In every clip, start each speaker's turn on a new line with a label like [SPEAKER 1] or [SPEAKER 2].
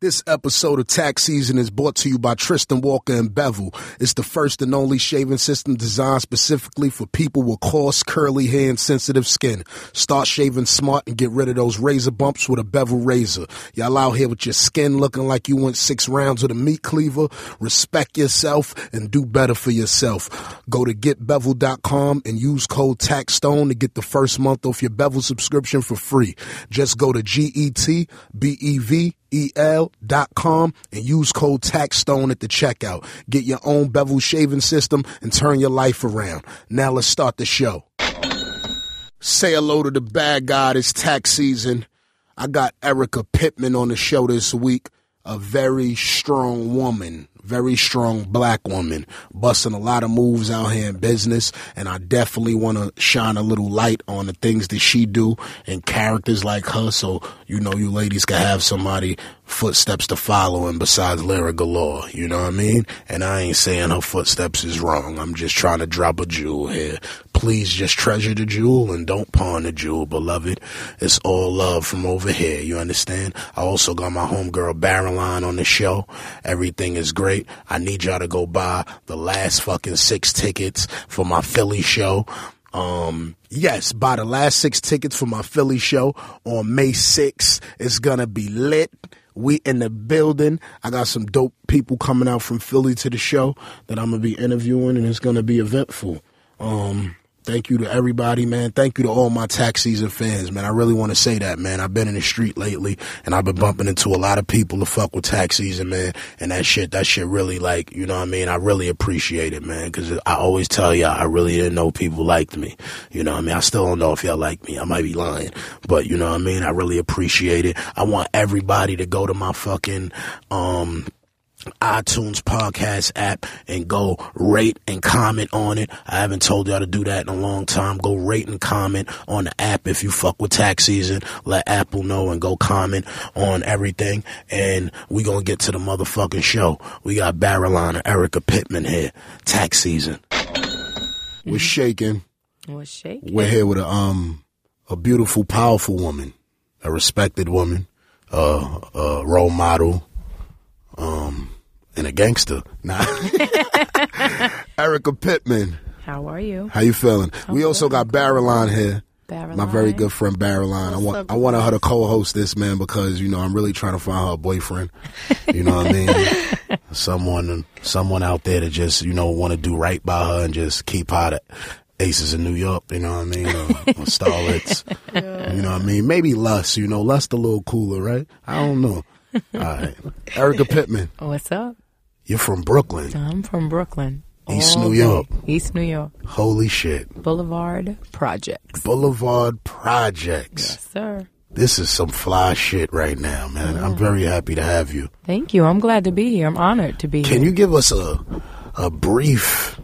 [SPEAKER 1] This episode of Tax Season is brought to you by Tristan Walker and Bevel. It's the first and only shaving system designed specifically for people with coarse, curly hair and sensitive skin. Start shaving smart and get rid of those razor bumps with a Bevel razor. Y'all out here with your skin looking like you went six rounds with a meat cleaver. Respect yourself and do better for yourself. Go to getbevel.com and use code TAXSTONE to get the first month off your Bevel subscription for free. Just go to E G-E-T-B-E-V el.com and use code TAXSTONE at the checkout. Get your own bevel shaving system and turn your life around. Now let's start the show. Say hello to the bad guy. It's tax season. I got Erica Pittman on the show this week. A very strong woman, very strong black woman, busting a lot of moves out here in business. And I definitely want to shine a little light on the things that she do and characters like her. So, you know, you ladies can have somebody footsteps to follow and besides Lyra Galore, you know what I mean? And I ain't saying her footsteps is wrong. I'm just trying to drop a jewel here. Please just treasure the jewel and don't pawn the jewel, beloved. It's all love from over here, you understand? I also got my homegirl Baroline on the show. Everything is great. I need y'all to go buy the last fucking six tickets for my Philly show. Um, yes, buy the last six tickets for my Philly show on May 6th. It's gonna be lit. We in the building. I got some dope people coming out from Philly to the show that I'm gonna be interviewing, and it's gonna be eventful. Um, thank you to everybody, man. Thank you to all my tax season fans, man. I really want to say that, man. I've been in the street lately, and I've been bumping into a lot of people to fuck with tax season, man. And that shit, that shit really like, you know what I mean? I really appreciate it, man. Cause I always tell y'all, I really didn't know people liked me. You know what I mean? I still don't know if y'all like me. I might be lying, but you know what I mean? I really appreciate it. I want everybody to go to my fucking, um, iTunes podcast app and go rate and comment on it. I haven't told y'all to do that in a long time. Go rate and comment on the app if you fuck with tax season. Let Apple know and go comment on everything. And we gonna get to the motherfucking show. We got Barrelina, Erica Pittman here. Tax season. We're shaking.
[SPEAKER 2] Well, shake.
[SPEAKER 1] We're here with a um a beautiful, powerful woman, a respected woman, uh, a role model, um, and a gangster. Nah, Erica Pittman,
[SPEAKER 2] How are you?
[SPEAKER 1] how you feeling? we also got Barreline here.
[SPEAKER 2] Barreline.
[SPEAKER 1] My very good friend Barreline. I want
[SPEAKER 2] up,
[SPEAKER 1] I wanted her to co-host this man because you know I'm really trying to find her a boyfriend. You know what I mean? Someone someone out there to just you know want to do right by her and just keep her the aces in New York. You know what I mean? Or, or starlets. You know what I mean? Maybe Lust. You know Lust a little cooler, right? I don't know. All right, Erica Pittman,
[SPEAKER 2] Oh, What's up?
[SPEAKER 1] you're from Brooklyn.
[SPEAKER 2] I'm from Brooklyn.
[SPEAKER 1] East
[SPEAKER 2] All
[SPEAKER 1] New
[SPEAKER 2] day.
[SPEAKER 1] York.
[SPEAKER 2] East New York.
[SPEAKER 1] Holy shit.
[SPEAKER 2] Boulevard Projects.
[SPEAKER 1] Boulevard Projects.
[SPEAKER 2] Yes, sir.
[SPEAKER 1] This is some fly shit right now, man.
[SPEAKER 2] Mm.
[SPEAKER 1] I'm very happy to have you.
[SPEAKER 2] Thank you. I'm glad to be here. I'm honored to be
[SPEAKER 1] Can
[SPEAKER 2] here.
[SPEAKER 1] you give us a a brief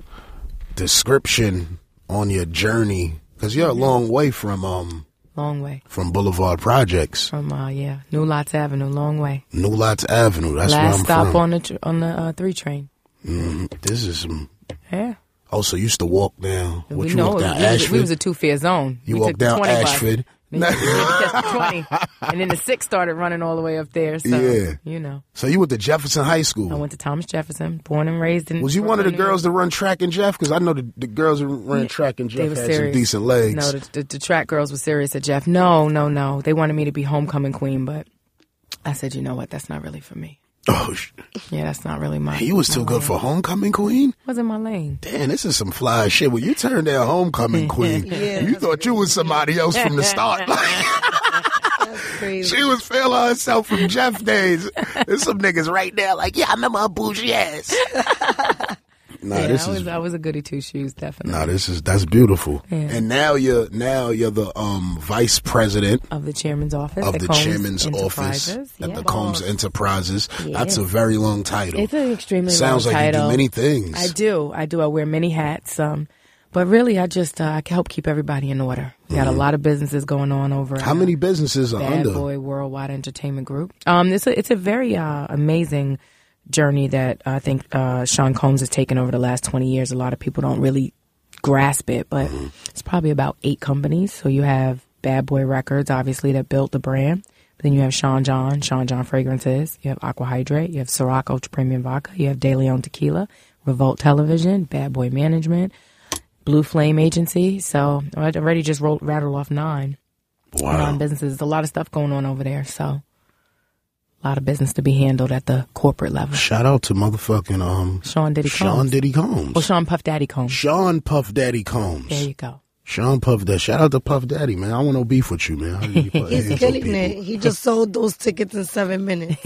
[SPEAKER 1] description on your journey? Because you're a long way from um
[SPEAKER 2] Long way.
[SPEAKER 1] from Boulevard Projects,
[SPEAKER 2] From, uh, yeah, New Lots Avenue. Long way.
[SPEAKER 1] New Lots Avenue. That's
[SPEAKER 2] Last
[SPEAKER 1] where I'm
[SPEAKER 2] stop
[SPEAKER 1] from.
[SPEAKER 2] on the, tr- on the uh, 3 train.
[SPEAKER 1] Mhm. This is some.
[SPEAKER 2] Yeah.
[SPEAKER 1] Oh, so you used to walk down. What you walk
[SPEAKER 2] it.
[SPEAKER 1] down
[SPEAKER 2] we, was,
[SPEAKER 1] Ashford?
[SPEAKER 2] we was a two fare zone.
[SPEAKER 1] you
[SPEAKER 2] we
[SPEAKER 1] walk
[SPEAKER 2] took the
[SPEAKER 1] down
[SPEAKER 2] 20 bus.
[SPEAKER 1] Ashford.
[SPEAKER 2] Then you- you took the 20. And then the 6 started running all the way up there. So,
[SPEAKER 1] Yeah.
[SPEAKER 2] you know.
[SPEAKER 1] So you went to Jefferson High
[SPEAKER 2] I
[SPEAKER 1] School.
[SPEAKER 2] went to Thomas Jefferson, born and raised in
[SPEAKER 1] Was you one of the
[SPEAKER 2] Brooklyn, New York.
[SPEAKER 1] girls that run track and Jeff? Because I know the, the girls that ran track and Jeff
[SPEAKER 2] They were
[SPEAKER 1] had some
[SPEAKER 2] serious.
[SPEAKER 1] decent legs.
[SPEAKER 2] No, the, the, the track girls were serious at Jeff. No, no, no. They wanted me to be homecoming queen, but I said, you know what? That's not really for me.
[SPEAKER 1] oh, sh-
[SPEAKER 2] Yeah, that's not really my.
[SPEAKER 1] he was too good for homecoming queen.
[SPEAKER 2] wasn't my lane.
[SPEAKER 1] Damn, this is some fly shit. When you turned down homecoming queen, you thought you was somebody else from the start. Like,
[SPEAKER 3] crazy.
[SPEAKER 1] she was feeling herself from Jeff days. There's some niggas right there like, yeah, I remember her bougie ass. nah,
[SPEAKER 2] yeah,
[SPEAKER 1] this
[SPEAKER 2] I was
[SPEAKER 1] is
[SPEAKER 2] I was a goody two shoes, definitely
[SPEAKER 1] nah, this is that's beautiful.
[SPEAKER 2] Yeah.
[SPEAKER 1] And now you're now you're the um vice president
[SPEAKER 2] of the chairman's office.
[SPEAKER 1] of
[SPEAKER 2] at
[SPEAKER 1] the
[SPEAKER 2] Combs
[SPEAKER 1] chairman's office
[SPEAKER 2] Enterprises.
[SPEAKER 1] at
[SPEAKER 2] Yeah.
[SPEAKER 1] the Combs Enterprises. That's a very long title.
[SPEAKER 2] It's an extremely
[SPEAKER 1] Sounds
[SPEAKER 2] long
[SPEAKER 1] like you
[SPEAKER 2] title.
[SPEAKER 1] do many things.
[SPEAKER 2] I do. I do. I wear many hats. Um, but really, I just uh, I help keep everybody in order. We got a lot of businesses going on over.
[SPEAKER 1] Mm-hmm. How
[SPEAKER 2] in, uh,
[SPEAKER 1] many businesses are
[SPEAKER 2] Bad
[SPEAKER 1] under?
[SPEAKER 2] Boy Worldwide Entertainment Group. Um, it's a, it's a very uh, amazing journey that I think uh, Sean Combs has taken over the last 20 years. A lot of people don't really grasp it, but it's probably about eight companies. So you have Bad Boy Records, obviously, that built the brand. Then you have Sean John, Sean John fragrances. You have Aqua Hydrate. You have Ciroc Ultra Premium Vodka. You have De Leon Tequila, Revolt Television, Bad Boy Management, Blue Flame Agency. So I already just rolled, rattled off nine.
[SPEAKER 1] Wow.
[SPEAKER 2] Nine businesses. There's a lot of stuff going on over there. So a lot of business to be handled at the corporate level.
[SPEAKER 1] Shout out to motherfucking um
[SPEAKER 2] Sean Diddy
[SPEAKER 1] Sean
[SPEAKER 2] Combs.
[SPEAKER 1] Diddy Combs.
[SPEAKER 2] Well, Sean Puff Daddy Combs.
[SPEAKER 1] Sean Puff Daddy Combs.
[SPEAKER 2] There you go.
[SPEAKER 1] Sean Puff Daddy. Shout out to Puff Daddy, man. I want no beef with you, man. How you put hands on
[SPEAKER 3] He's killing
[SPEAKER 1] people?
[SPEAKER 3] it. He just sold those tickets in seven minutes.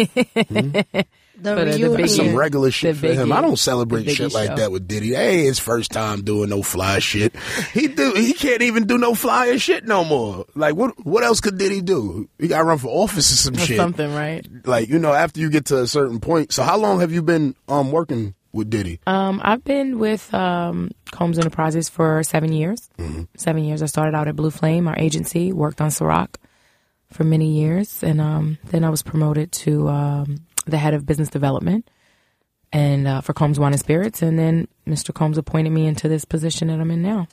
[SPEAKER 3] The
[SPEAKER 2] But, uh, the
[SPEAKER 3] reunion.
[SPEAKER 1] That's some
[SPEAKER 2] Yeah.
[SPEAKER 1] regular shit
[SPEAKER 2] The
[SPEAKER 1] for him.
[SPEAKER 2] Biggie-
[SPEAKER 1] I don't celebrate
[SPEAKER 2] the Biggie
[SPEAKER 1] shit like
[SPEAKER 2] show.
[SPEAKER 1] that with Diddy. That ain't his first time doing no fly shit. He do. He can't even do no flyer shit no more. Like what? What else could Diddy do? He got to run for office or some
[SPEAKER 2] Or
[SPEAKER 1] shit.
[SPEAKER 2] something, right?
[SPEAKER 1] Like you know, after you get to a certain point. So how long have you been um working with Diddy?
[SPEAKER 2] Um, I've been with um, Combs Enterprises for seven years.
[SPEAKER 1] Mm-hmm.
[SPEAKER 2] Seven years. I started out at Blue Flame, our agency, worked on Ciroc for many years, and um, then I was promoted to um, the head of business development and uh, for Combs Wine and Spirits, and then Mr. Combs appointed me into this position that I'm in now.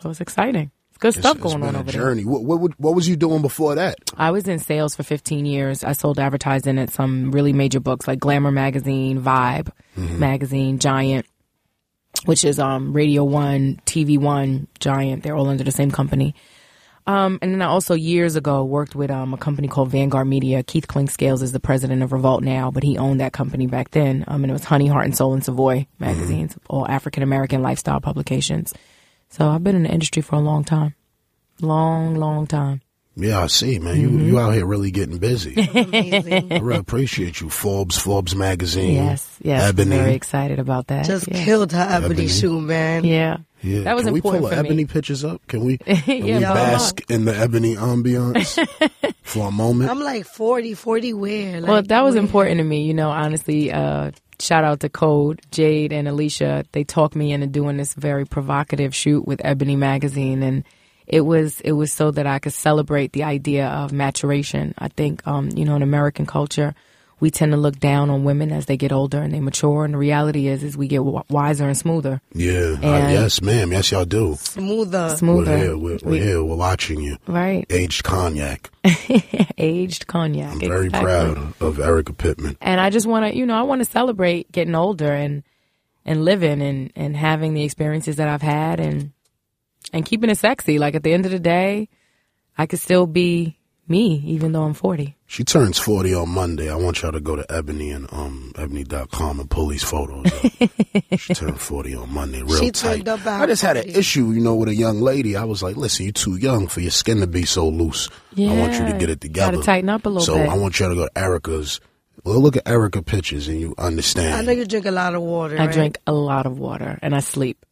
[SPEAKER 2] So it's exciting. It's good stuff
[SPEAKER 1] It's- it's
[SPEAKER 2] going
[SPEAKER 1] been
[SPEAKER 2] on
[SPEAKER 1] a
[SPEAKER 2] over there.
[SPEAKER 1] journey. What, what would- what was you doing before that?
[SPEAKER 2] I was in sales for 15 years. I sold advertising at some really major books like Glamour Magazine, Vibe Magazine, Giant, which is um, Radio One, TV One, Giant. They're all under the same company. Um, and then I also years ago worked with um, a company called Vanguard Media. Keith Klingscales is the president of Revolt now, but he owned that company back then. Um, and it was Honey, Heart, and Soul and Savoy magazines, all African American lifestyle publications. So I've been in the industry for a long time, long, long time.
[SPEAKER 1] Yeah, I see, man.
[SPEAKER 2] Mm-hmm.
[SPEAKER 1] You you out here really getting busy.
[SPEAKER 3] Amazing.
[SPEAKER 1] I really appreciate you, Forbes, Forbes magazine.
[SPEAKER 2] Yes, yes.
[SPEAKER 1] Ebony.
[SPEAKER 2] Very excited about that.
[SPEAKER 3] Just
[SPEAKER 2] yeah.
[SPEAKER 3] killed her ebony
[SPEAKER 1] Ebony.
[SPEAKER 3] shoe, man.
[SPEAKER 2] Yeah.
[SPEAKER 1] Yeah.
[SPEAKER 2] That was
[SPEAKER 1] Can
[SPEAKER 2] important
[SPEAKER 1] we pull
[SPEAKER 2] for
[SPEAKER 1] our
[SPEAKER 2] me.
[SPEAKER 1] ebony pictures up? Can we, can
[SPEAKER 2] Yeah,
[SPEAKER 1] we
[SPEAKER 2] why
[SPEAKER 1] bask in the ebony ambiance for a moment?
[SPEAKER 2] Um,
[SPEAKER 3] I'm like 40, 40 where? Like,
[SPEAKER 2] Well, that was
[SPEAKER 3] where?
[SPEAKER 2] important to me, you know, honestly. Uh, shout out to Code, Jade, and Alicia. They talked me into doing this very provocative shoot with Ebony Magazine and it was it was so that I could celebrate the idea of maturation. I think um, you know, in American culture, we tend to look down on women as they get older and they mature and the reality is is we get w- wiser and smoother.
[SPEAKER 1] yeah. Uh,
[SPEAKER 2] And-
[SPEAKER 1] yes, ma'am. Yes, y'all do.
[SPEAKER 3] Smoother.
[SPEAKER 1] We're
[SPEAKER 2] Smoother.
[SPEAKER 1] here. We're, we're here. We're watching you.
[SPEAKER 2] Right.
[SPEAKER 1] Aged cognac.
[SPEAKER 2] Aged cognac.
[SPEAKER 1] I'm very
[SPEAKER 2] Exactly.
[SPEAKER 1] proud of Erica Pittman.
[SPEAKER 2] and I just want to, you know, I want to celebrate getting older and and living and and having the experiences that I've had and and keeping it sexy. Like at the end of the day, I could still be me even though I'm 40.
[SPEAKER 1] She turns 40 on Monday. I want y'all to go to Ebony and um, Ebony.com and pull these photos up. she turned 40 on Monday, real
[SPEAKER 3] She
[SPEAKER 1] tight.
[SPEAKER 3] turned up at
[SPEAKER 1] I just had an
[SPEAKER 3] 40.
[SPEAKER 1] issue, you know, with a young lady. I was like, listen, you're too young for your skin to be so loose. I want you to
[SPEAKER 2] Yeah.
[SPEAKER 1] get it together.
[SPEAKER 2] Gotta tighten up a little
[SPEAKER 1] so
[SPEAKER 2] bit.
[SPEAKER 1] I want y'all to go to Erica's. Well, look at Erica pictures and you
[SPEAKER 3] I know
[SPEAKER 1] understand.
[SPEAKER 3] you drink a lot of water.
[SPEAKER 2] I
[SPEAKER 3] right?
[SPEAKER 2] drink a lot of water and I sleep.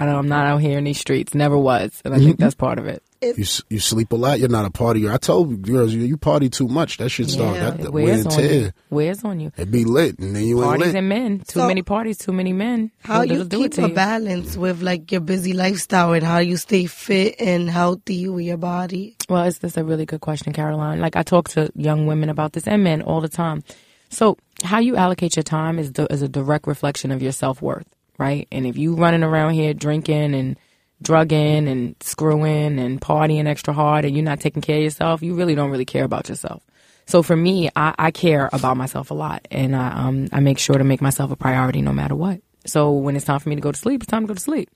[SPEAKER 2] I don't, I'm not out here in these streets. Never was, and I
[SPEAKER 1] Mm-hmm.
[SPEAKER 2] think that's part of it.
[SPEAKER 1] You, s- you sleep a lot. You're not a partyer. I told girls, you, you party too much. That shit start.
[SPEAKER 3] Yeah,
[SPEAKER 1] Oh, that,
[SPEAKER 2] It
[SPEAKER 1] that
[SPEAKER 2] wears
[SPEAKER 1] wear and
[SPEAKER 2] on you.
[SPEAKER 1] tear.
[SPEAKER 2] Wears on you.
[SPEAKER 1] It be lit and then you ain't
[SPEAKER 2] Parties
[SPEAKER 1] lit.
[SPEAKER 2] and men. Too
[SPEAKER 3] So-
[SPEAKER 2] many parties. Too many men.
[SPEAKER 3] How
[SPEAKER 2] It'll
[SPEAKER 3] you
[SPEAKER 2] do it
[SPEAKER 3] keep
[SPEAKER 2] to
[SPEAKER 3] a
[SPEAKER 2] you.
[SPEAKER 3] balance with like your busy lifestyle and how you stay fit and healthy with your body?
[SPEAKER 2] Well, it's that's a really good question, Caroline. Like I talk to young women about this and men all the time. So how you allocate your time is the, is a direct reflection of your self worth, right? And if you running around here drinking and drugging and screwing and partying extra hard and you're not taking care of yourself, you really don't really care about yourself. So for me, I, I care about myself a lot, and I um I make sure to make myself a priority no matter what. So when it's time for me to go to sleep, it's time to go to sleep.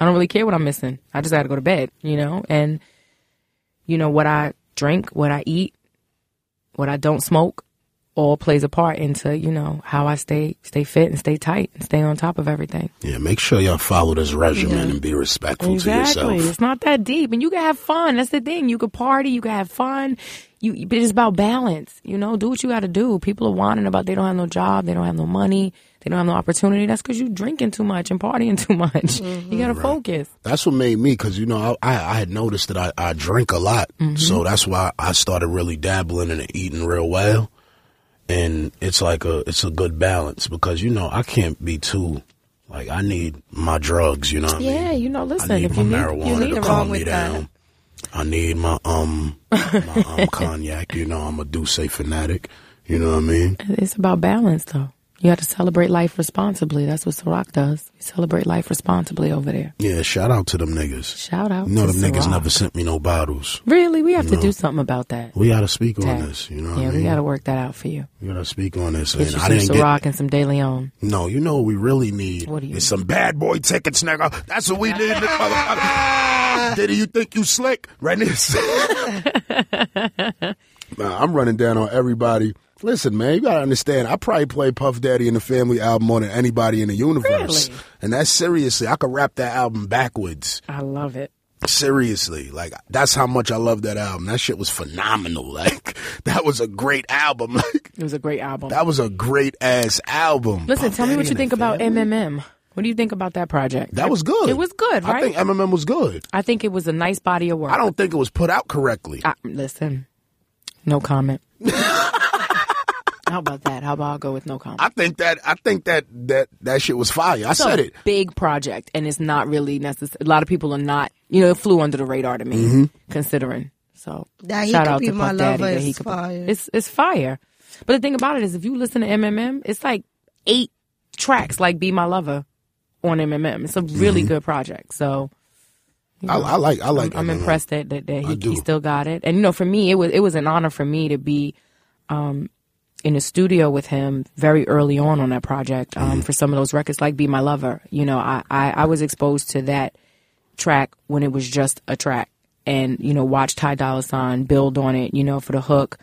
[SPEAKER 2] I don't really care what I'm missing. I just got to go to bed, you know. And you know what I drink, what I eat, what I don't smoke, all plays a part into you know how I stay stay fit and stay tight and stay on top of everything.
[SPEAKER 1] Yeah, make sure y'all follow this regimen and be respectful to yourself.
[SPEAKER 2] It's not that deep, and you can have fun. That's the thing. You can party. You can have fun. You, but it's about balance. You know, do what you got to do. People are whining about they don't have no job, they don't have no money, they don't have no opportunity. That's because you drinking too much and partying too much. You got to focus.
[SPEAKER 1] That's what made me, because you know, I, I I had noticed that I, I drink a lot,
[SPEAKER 2] Mm-hmm.
[SPEAKER 1] so that's why I started really dabbling in and eating real well. And it's like a it's a good balance because you know I can't be too like I need my drugs. You know what I mean?
[SPEAKER 2] Yeah, you know. Listen,
[SPEAKER 1] I need
[SPEAKER 2] if
[SPEAKER 1] my
[SPEAKER 2] you need,
[SPEAKER 1] marijuana
[SPEAKER 2] you need
[SPEAKER 1] to
[SPEAKER 2] a
[SPEAKER 1] calm
[SPEAKER 3] with
[SPEAKER 1] me
[SPEAKER 3] that.
[SPEAKER 1] down. I need my um my um cognac. You know I'm a Douce fanatic. You know what I mean?
[SPEAKER 2] It's about balance, though. You got to celebrate life responsibly. That's what Ciroc does. We celebrate life responsibly over there.
[SPEAKER 1] Yeah, shout out to them niggas.
[SPEAKER 2] Shout out.
[SPEAKER 1] You know
[SPEAKER 2] to
[SPEAKER 1] them niggas
[SPEAKER 2] Ciroc.
[SPEAKER 1] never sent me no bottles.
[SPEAKER 2] Really, we have to do something about that.
[SPEAKER 1] We gotta speak on
[SPEAKER 2] Tag.
[SPEAKER 1] this. You know what
[SPEAKER 2] yeah,
[SPEAKER 1] I mean?
[SPEAKER 2] we got to work that out for you.
[SPEAKER 1] We gotta speak on this.
[SPEAKER 2] Get
[SPEAKER 1] And
[SPEAKER 2] you
[SPEAKER 1] I
[SPEAKER 2] some
[SPEAKER 1] didn't get
[SPEAKER 2] Ciroc and some De Leon.
[SPEAKER 1] No, you know what we really need
[SPEAKER 2] What do you
[SPEAKER 1] is some bad boy tickets, nigga. That's what we need, this motherfucker. Diddy, you think you slick? Right now, nah, I'm running down on everybody. Listen, man, you gotta understand. I probably play Puff Daddy and the Family album more than anybody in the universe,
[SPEAKER 2] Really?
[SPEAKER 1] and that's seriously. I could rap that album backwards.
[SPEAKER 2] I love it.
[SPEAKER 1] Seriously, like that's how much I love that album. That shit was phenomenal. Like that was a great album. Like
[SPEAKER 2] It was a great album.
[SPEAKER 1] that was a great ass album.
[SPEAKER 2] Listen,
[SPEAKER 1] Puff
[SPEAKER 2] tell me
[SPEAKER 1] Daddy
[SPEAKER 2] what
[SPEAKER 1] and
[SPEAKER 2] you
[SPEAKER 1] the
[SPEAKER 2] think about
[SPEAKER 1] Family.
[SPEAKER 2] MMM. What do you think about that project?
[SPEAKER 1] That was good.
[SPEAKER 2] It was good,
[SPEAKER 1] I
[SPEAKER 2] right?
[SPEAKER 1] think MMM was good.
[SPEAKER 2] I think it was a nice body of work.
[SPEAKER 1] I don't think it was put out correctly.
[SPEAKER 2] I, listen, no comment. How about that? How about I go with no comment?
[SPEAKER 1] I think that I think that that that shit was fire. I
[SPEAKER 2] It's
[SPEAKER 1] said
[SPEAKER 2] a
[SPEAKER 1] it.
[SPEAKER 2] Big project, and it's not really necessary. A lot of people are not, you know, it flew under the radar to me,
[SPEAKER 1] Mm-hmm.
[SPEAKER 2] considering. So
[SPEAKER 3] That He
[SPEAKER 2] shout
[SPEAKER 3] Could
[SPEAKER 2] out
[SPEAKER 3] Be
[SPEAKER 2] to
[SPEAKER 3] My
[SPEAKER 2] Puff Daddy.
[SPEAKER 3] Lover
[SPEAKER 2] that he
[SPEAKER 3] is
[SPEAKER 2] could be-
[SPEAKER 3] fire.
[SPEAKER 2] It's it's fire. But the thing about it is, if you listen to MMM, it's like eight tracks like "Be My Lover" on MMM. It's a really
[SPEAKER 1] Mm-hmm.
[SPEAKER 2] good project. So
[SPEAKER 1] I, I like I like.
[SPEAKER 2] I'm
[SPEAKER 1] MMM.
[SPEAKER 2] impressed that that, that he,
[SPEAKER 1] do.
[SPEAKER 2] he still got it. And you know, for me, it was it was an honor for me to be um, in the studio with him very early on on that project um, for some of those records, like "Be My Lover." You know, I, I I was exposed to that track when it was just a track, and you know, watched Ty Dolla Sign build on it. You know, for the hook,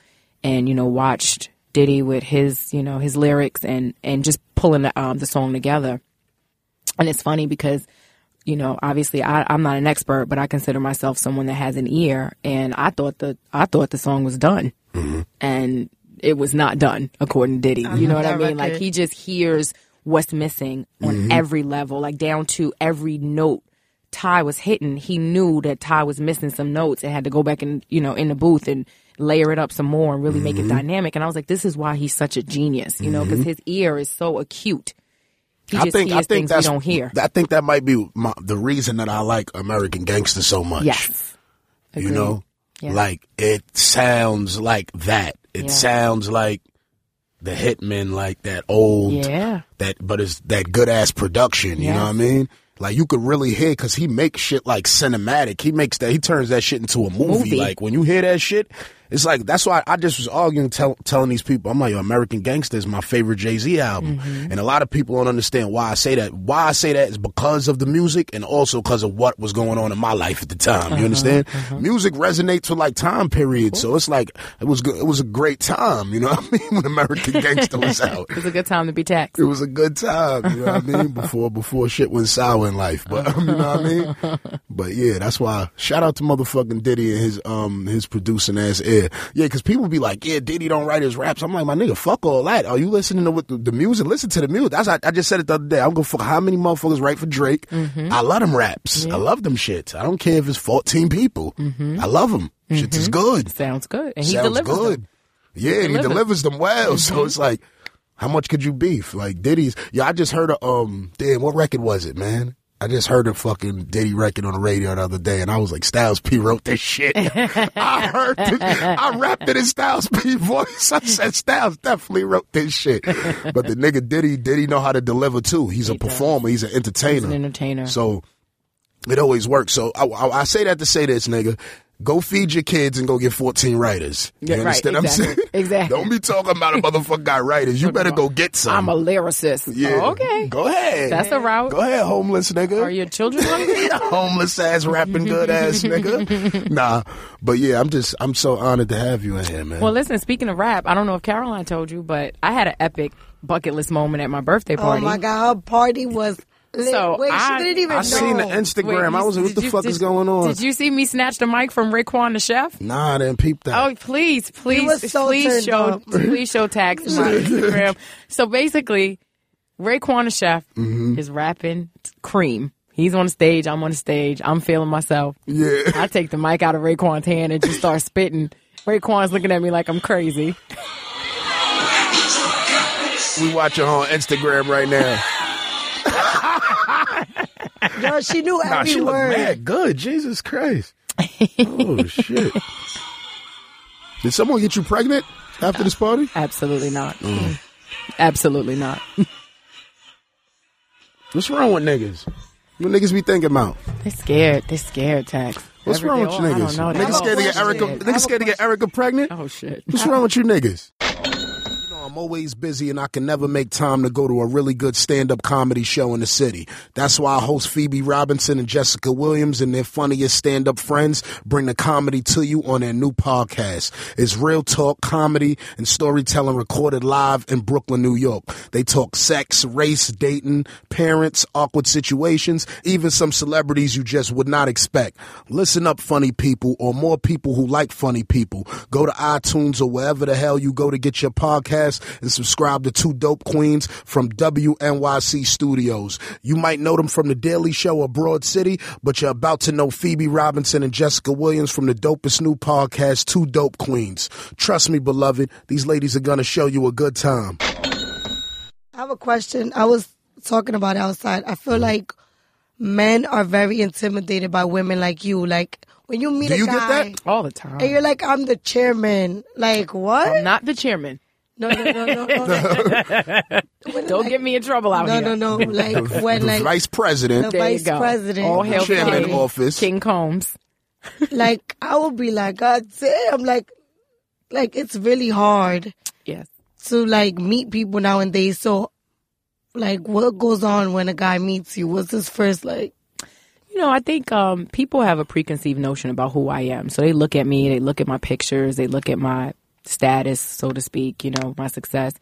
[SPEAKER 2] and you know, watched Diddy with his you know his lyrics and and just pulling the, um, the song together. And it's funny because, you know, obviously I, I'm not an expert, but I consider myself someone that has an ear. And I thought the I thought the song was done,
[SPEAKER 1] Mm-hmm.
[SPEAKER 2] and it was not done according to Diddy. you know what
[SPEAKER 3] love
[SPEAKER 2] I
[SPEAKER 3] Uh-huh. that
[SPEAKER 2] mean? Like
[SPEAKER 3] record.
[SPEAKER 2] he just hears what's missing on
[SPEAKER 1] Mm-hmm.
[SPEAKER 2] every level, like down to every note. Ty was hitting. He knew that Ty was missing some notes and had to go back and you know in the booth and layer it up some more and really make
[SPEAKER 1] Mm-hmm.
[SPEAKER 2] it dynamic. And I was like, this is why he's such a genius, you know, because his ear is so acute. He just
[SPEAKER 1] I think
[SPEAKER 2] hears
[SPEAKER 1] I think
[SPEAKER 2] things we
[SPEAKER 1] that's
[SPEAKER 2] don't hear.
[SPEAKER 1] I think that might be my, the reason that I like American Gangster so much.
[SPEAKER 2] Yes.
[SPEAKER 1] you
[SPEAKER 2] Agreed.
[SPEAKER 1] know,
[SPEAKER 2] Yeah.
[SPEAKER 1] like it sounds like that. It
[SPEAKER 2] Yeah.
[SPEAKER 1] sounds like the Hitmen, like that old
[SPEAKER 2] Yeah.
[SPEAKER 1] that but it's that good ass production. You know what I mean? Like you could really hear because he makes shit like cinematic. He makes that. He turns that shit into a movie.
[SPEAKER 2] Movie.
[SPEAKER 1] Like when you hear that shit, it's like that's why I just was arguing, tell, telling these people, I'm like, "Yo, American Gangster is my favorite Jay Z album, and a lot of people don't understand why I say that. Why I say that is because of the music and also because of what was going on in my life at the time. You understand? Music resonates with like time periods, so it's like it was good. It was a great time. You know what I mean? When American Gangster was out.
[SPEAKER 2] It's a good time to be taxed.
[SPEAKER 1] It was a good time, you know what I mean? Before before shit went sour in life, but you know what I mean. But yeah, that's why. Shout out to motherfucking Diddy and his um his producing ass ear. Yeah, because people be like, yeah, Diddy don't write his raps. I'm like, my nigga, fuck all that. Are you listening to what the, the music? Listen to the music. That's I, I just said it the other day. I'm gonna fuck how many motherfuckers write for Drake. I love them raps. I love them shits. I don't care if it's 14 people. I love them. Shits is good.
[SPEAKER 2] Sounds good. And he
[SPEAKER 1] Sounds
[SPEAKER 2] delivers
[SPEAKER 1] good.
[SPEAKER 2] them.
[SPEAKER 1] Yeah, and he
[SPEAKER 2] delivers. Mm-hmm.
[SPEAKER 1] delivers them well. So it's like, how much could you beef? Like Diddy's. Yeah, I just heard a um. Damn, what record was it, man? I just heard a fucking Diddy record on the radio the other day, and I was like, Styles P wrote this shit. I heard it. I rapped it in Styles P voice. I said, Styles definitely wrote this shit. But the nigga Diddy, Diddy know how to deliver too. He's a performer. He's an entertainer.
[SPEAKER 2] He's an entertainer.
[SPEAKER 1] So it always works. So I, I, I say that to say this, nigga. Go feed your kids and go get 14 writers. You
[SPEAKER 2] Yeah, right,
[SPEAKER 1] understand what I'm
[SPEAKER 2] exactly,
[SPEAKER 1] saying?
[SPEAKER 2] exactly.
[SPEAKER 1] Don't be talking about a motherfucker got writers. You better go get some.
[SPEAKER 2] I'm a lyricist.
[SPEAKER 1] yeah.
[SPEAKER 2] Oh, okay.
[SPEAKER 1] Go ahead.
[SPEAKER 2] That's a route.
[SPEAKER 1] Go ahead, homeless nigga.
[SPEAKER 2] Are your children hungry?
[SPEAKER 1] homeless ass rapping good ass nigga? Nah. But yeah, I'm just I'm so honored to have you in here, man.
[SPEAKER 2] well, listen, speaking of rap, I don't know if Caroline told you, but I had an epic bucket list moment at my birthday
[SPEAKER 3] Oh
[SPEAKER 2] party.
[SPEAKER 3] my God, her party was lit.
[SPEAKER 2] So
[SPEAKER 3] Wait,
[SPEAKER 2] I-
[SPEAKER 3] she didn't even
[SPEAKER 1] I
[SPEAKER 3] know.
[SPEAKER 1] seen the
[SPEAKER 2] Wait,
[SPEAKER 1] Instagram.
[SPEAKER 2] you-
[SPEAKER 1] I was like,
[SPEAKER 2] did
[SPEAKER 1] what the
[SPEAKER 2] you-
[SPEAKER 1] fuck
[SPEAKER 2] did-
[SPEAKER 1] is going on?
[SPEAKER 2] Did you see me snatch the mic from Raekwon the chef?
[SPEAKER 1] nah, I didn't peep that.
[SPEAKER 2] Oh, please, please,
[SPEAKER 3] was so
[SPEAKER 2] please
[SPEAKER 3] turned
[SPEAKER 2] show,
[SPEAKER 3] up.
[SPEAKER 2] please show tags to my Instagram. So basically, Raekwon the chef
[SPEAKER 1] Mm-hmm.
[SPEAKER 2] is rapping cream. He's on stage. I'm on stage. I'm feeling myself.
[SPEAKER 1] yeah.
[SPEAKER 2] I take the mic out of Raekwon's hand and just start spitting. Raekwon's looking at me like I'm crazy.
[SPEAKER 1] We watching her on Instagram right now.
[SPEAKER 3] Girl, she knew
[SPEAKER 1] Nah,
[SPEAKER 3] every
[SPEAKER 1] she look
[SPEAKER 3] word.
[SPEAKER 1] mad good. Jesus Christ. oh shit. Did someone get you pregnant after this party? Mm.
[SPEAKER 2] Absolutely not. Absolutely not.
[SPEAKER 1] What's wrong with niggas? What niggas be thinking about?
[SPEAKER 2] They're scared. They're scared, Tax.
[SPEAKER 1] What's
[SPEAKER 2] Every-
[SPEAKER 1] wrong with
[SPEAKER 2] they
[SPEAKER 1] you
[SPEAKER 2] all- I don't
[SPEAKER 1] niggas?
[SPEAKER 2] know. They
[SPEAKER 1] Niggas
[SPEAKER 2] all
[SPEAKER 1] scared to get
[SPEAKER 2] bullshit.
[SPEAKER 1] Erica. Niggas scared to get Erica pregnant.
[SPEAKER 2] Oh shit.
[SPEAKER 1] What's wrong with you niggas? You know, I'm always busy and I can never make time to go to a really good stand up comedy show in the city. That's why I host Phoebe Robinson and Jessica Williams and their funniest stand up friends bring the comedy to you on their new podcast. It's real talk, comedy, and storytelling recorded live in Brooklyn, New York. They talk sex, race, dating, parents, awkward situations, even some celebrities you just would not expect. Listen up, funny people, or more people who like funny people. Go to iTunes or wherever the hell you go to get your podcast and subscribe to Two Dope Queens from WNYC Studios. You might know them from The Daily Show or Broad City, but you're about to know Phoebe Robinson and Jessica Williams from the dopest new podcast, Two Dope Queens. Trust me, beloved, these ladies are going to show you a good time.
[SPEAKER 3] I have a question. I was talking about it outside. I
[SPEAKER 1] Mm-hmm.
[SPEAKER 3] feel like men are very intimidated by women like you. Like when you meet
[SPEAKER 1] Do
[SPEAKER 3] a
[SPEAKER 1] you get
[SPEAKER 3] guy
[SPEAKER 1] that?
[SPEAKER 2] All the time.
[SPEAKER 3] and you're like, I'm the chairman. Like
[SPEAKER 1] Um,
[SPEAKER 3] what?
[SPEAKER 2] Not the chairman.
[SPEAKER 3] No, no, no, no, no.
[SPEAKER 2] Don't get me in trouble out
[SPEAKER 3] No,
[SPEAKER 2] here.
[SPEAKER 3] no, no. Like when
[SPEAKER 1] The
[SPEAKER 3] like
[SPEAKER 1] vice president,
[SPEAKER 3] the
[SPEAKER 2] There you
[SPEAKER 3] vice
[SPEAKER 2] go.
[SPEAKER 3] president,
[SPEAKER 2] All hail
[SPEAKER 1] chairman
[SPEAKER 2] King.
[SPEAKER 1] office.
[SPEAKER 2] King Combs.
[SPEAKER 3] like I would be like, God damn, like like it's really hard
[SPEAKER 2] Yes.
[SPEAKER 3] to like meet people nowadays. So like what goes on when a guy meets you? What's his first like
[SPEAKER 2] You know, I think um, people have a preconceived notion about who I am. So they look at me, they look at my pictures, they look at my status, so to speak, you know, my success.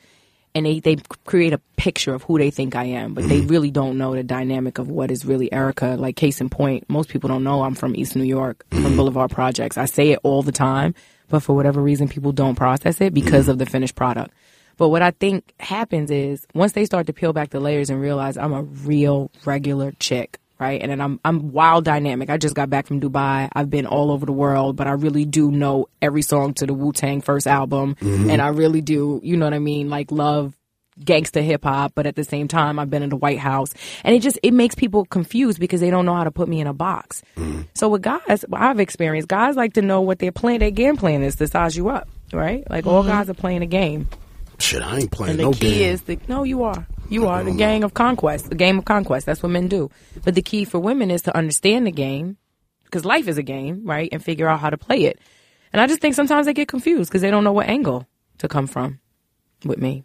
[SPEAKER 2] And they, they create a picture of who they think I am, but
[SPEAKER 1] Mm-hmm.
[SPEAKER 2] they really don't know the dynamic of what is really Erica. Like, case in point, most people don't know I'm from East New York, from
[SPEAKER 1] Mm-hmm.
[SPEAKER 2] Boulevard Projects. I say it all the time, but for whatever reason, people don't process it
[SPEAKER 1] Mm-hmm.
[SPEAKER 2] because of the finished product. But what I think happens is once they start to peel back the layers and realize I'm a real regular chick, right? And then I'm I'm wild dynamic. I just got back from Dubai. I've been all over the world, but I really do know every song to the Wu Tang first album, and I really do, you know what I mean? Like love gangster hip hop, but at the same time, I've been in the White House, and it just it makes people confused because they don't know how to put me in a box. So with guys, what I've experienced guys like to know what their plan, their game plan is to size you up, right? Like all guys are playing a game.
[SPEAKER 1] Shit, I ain't playing
[SPEAKER 2] And the
[SPEAKER 1] no
[SPEAKER 2] key
[SPEAKER 1] game.
[SPEAKER 2] is the no, you are. You are the gang of conquest. The game of conquest. That's what men do. But the key for women is to understand the game because life is a game, right? And figure out how to play it. And I just think sometimes they get confused because they don't know what angle to come from with me.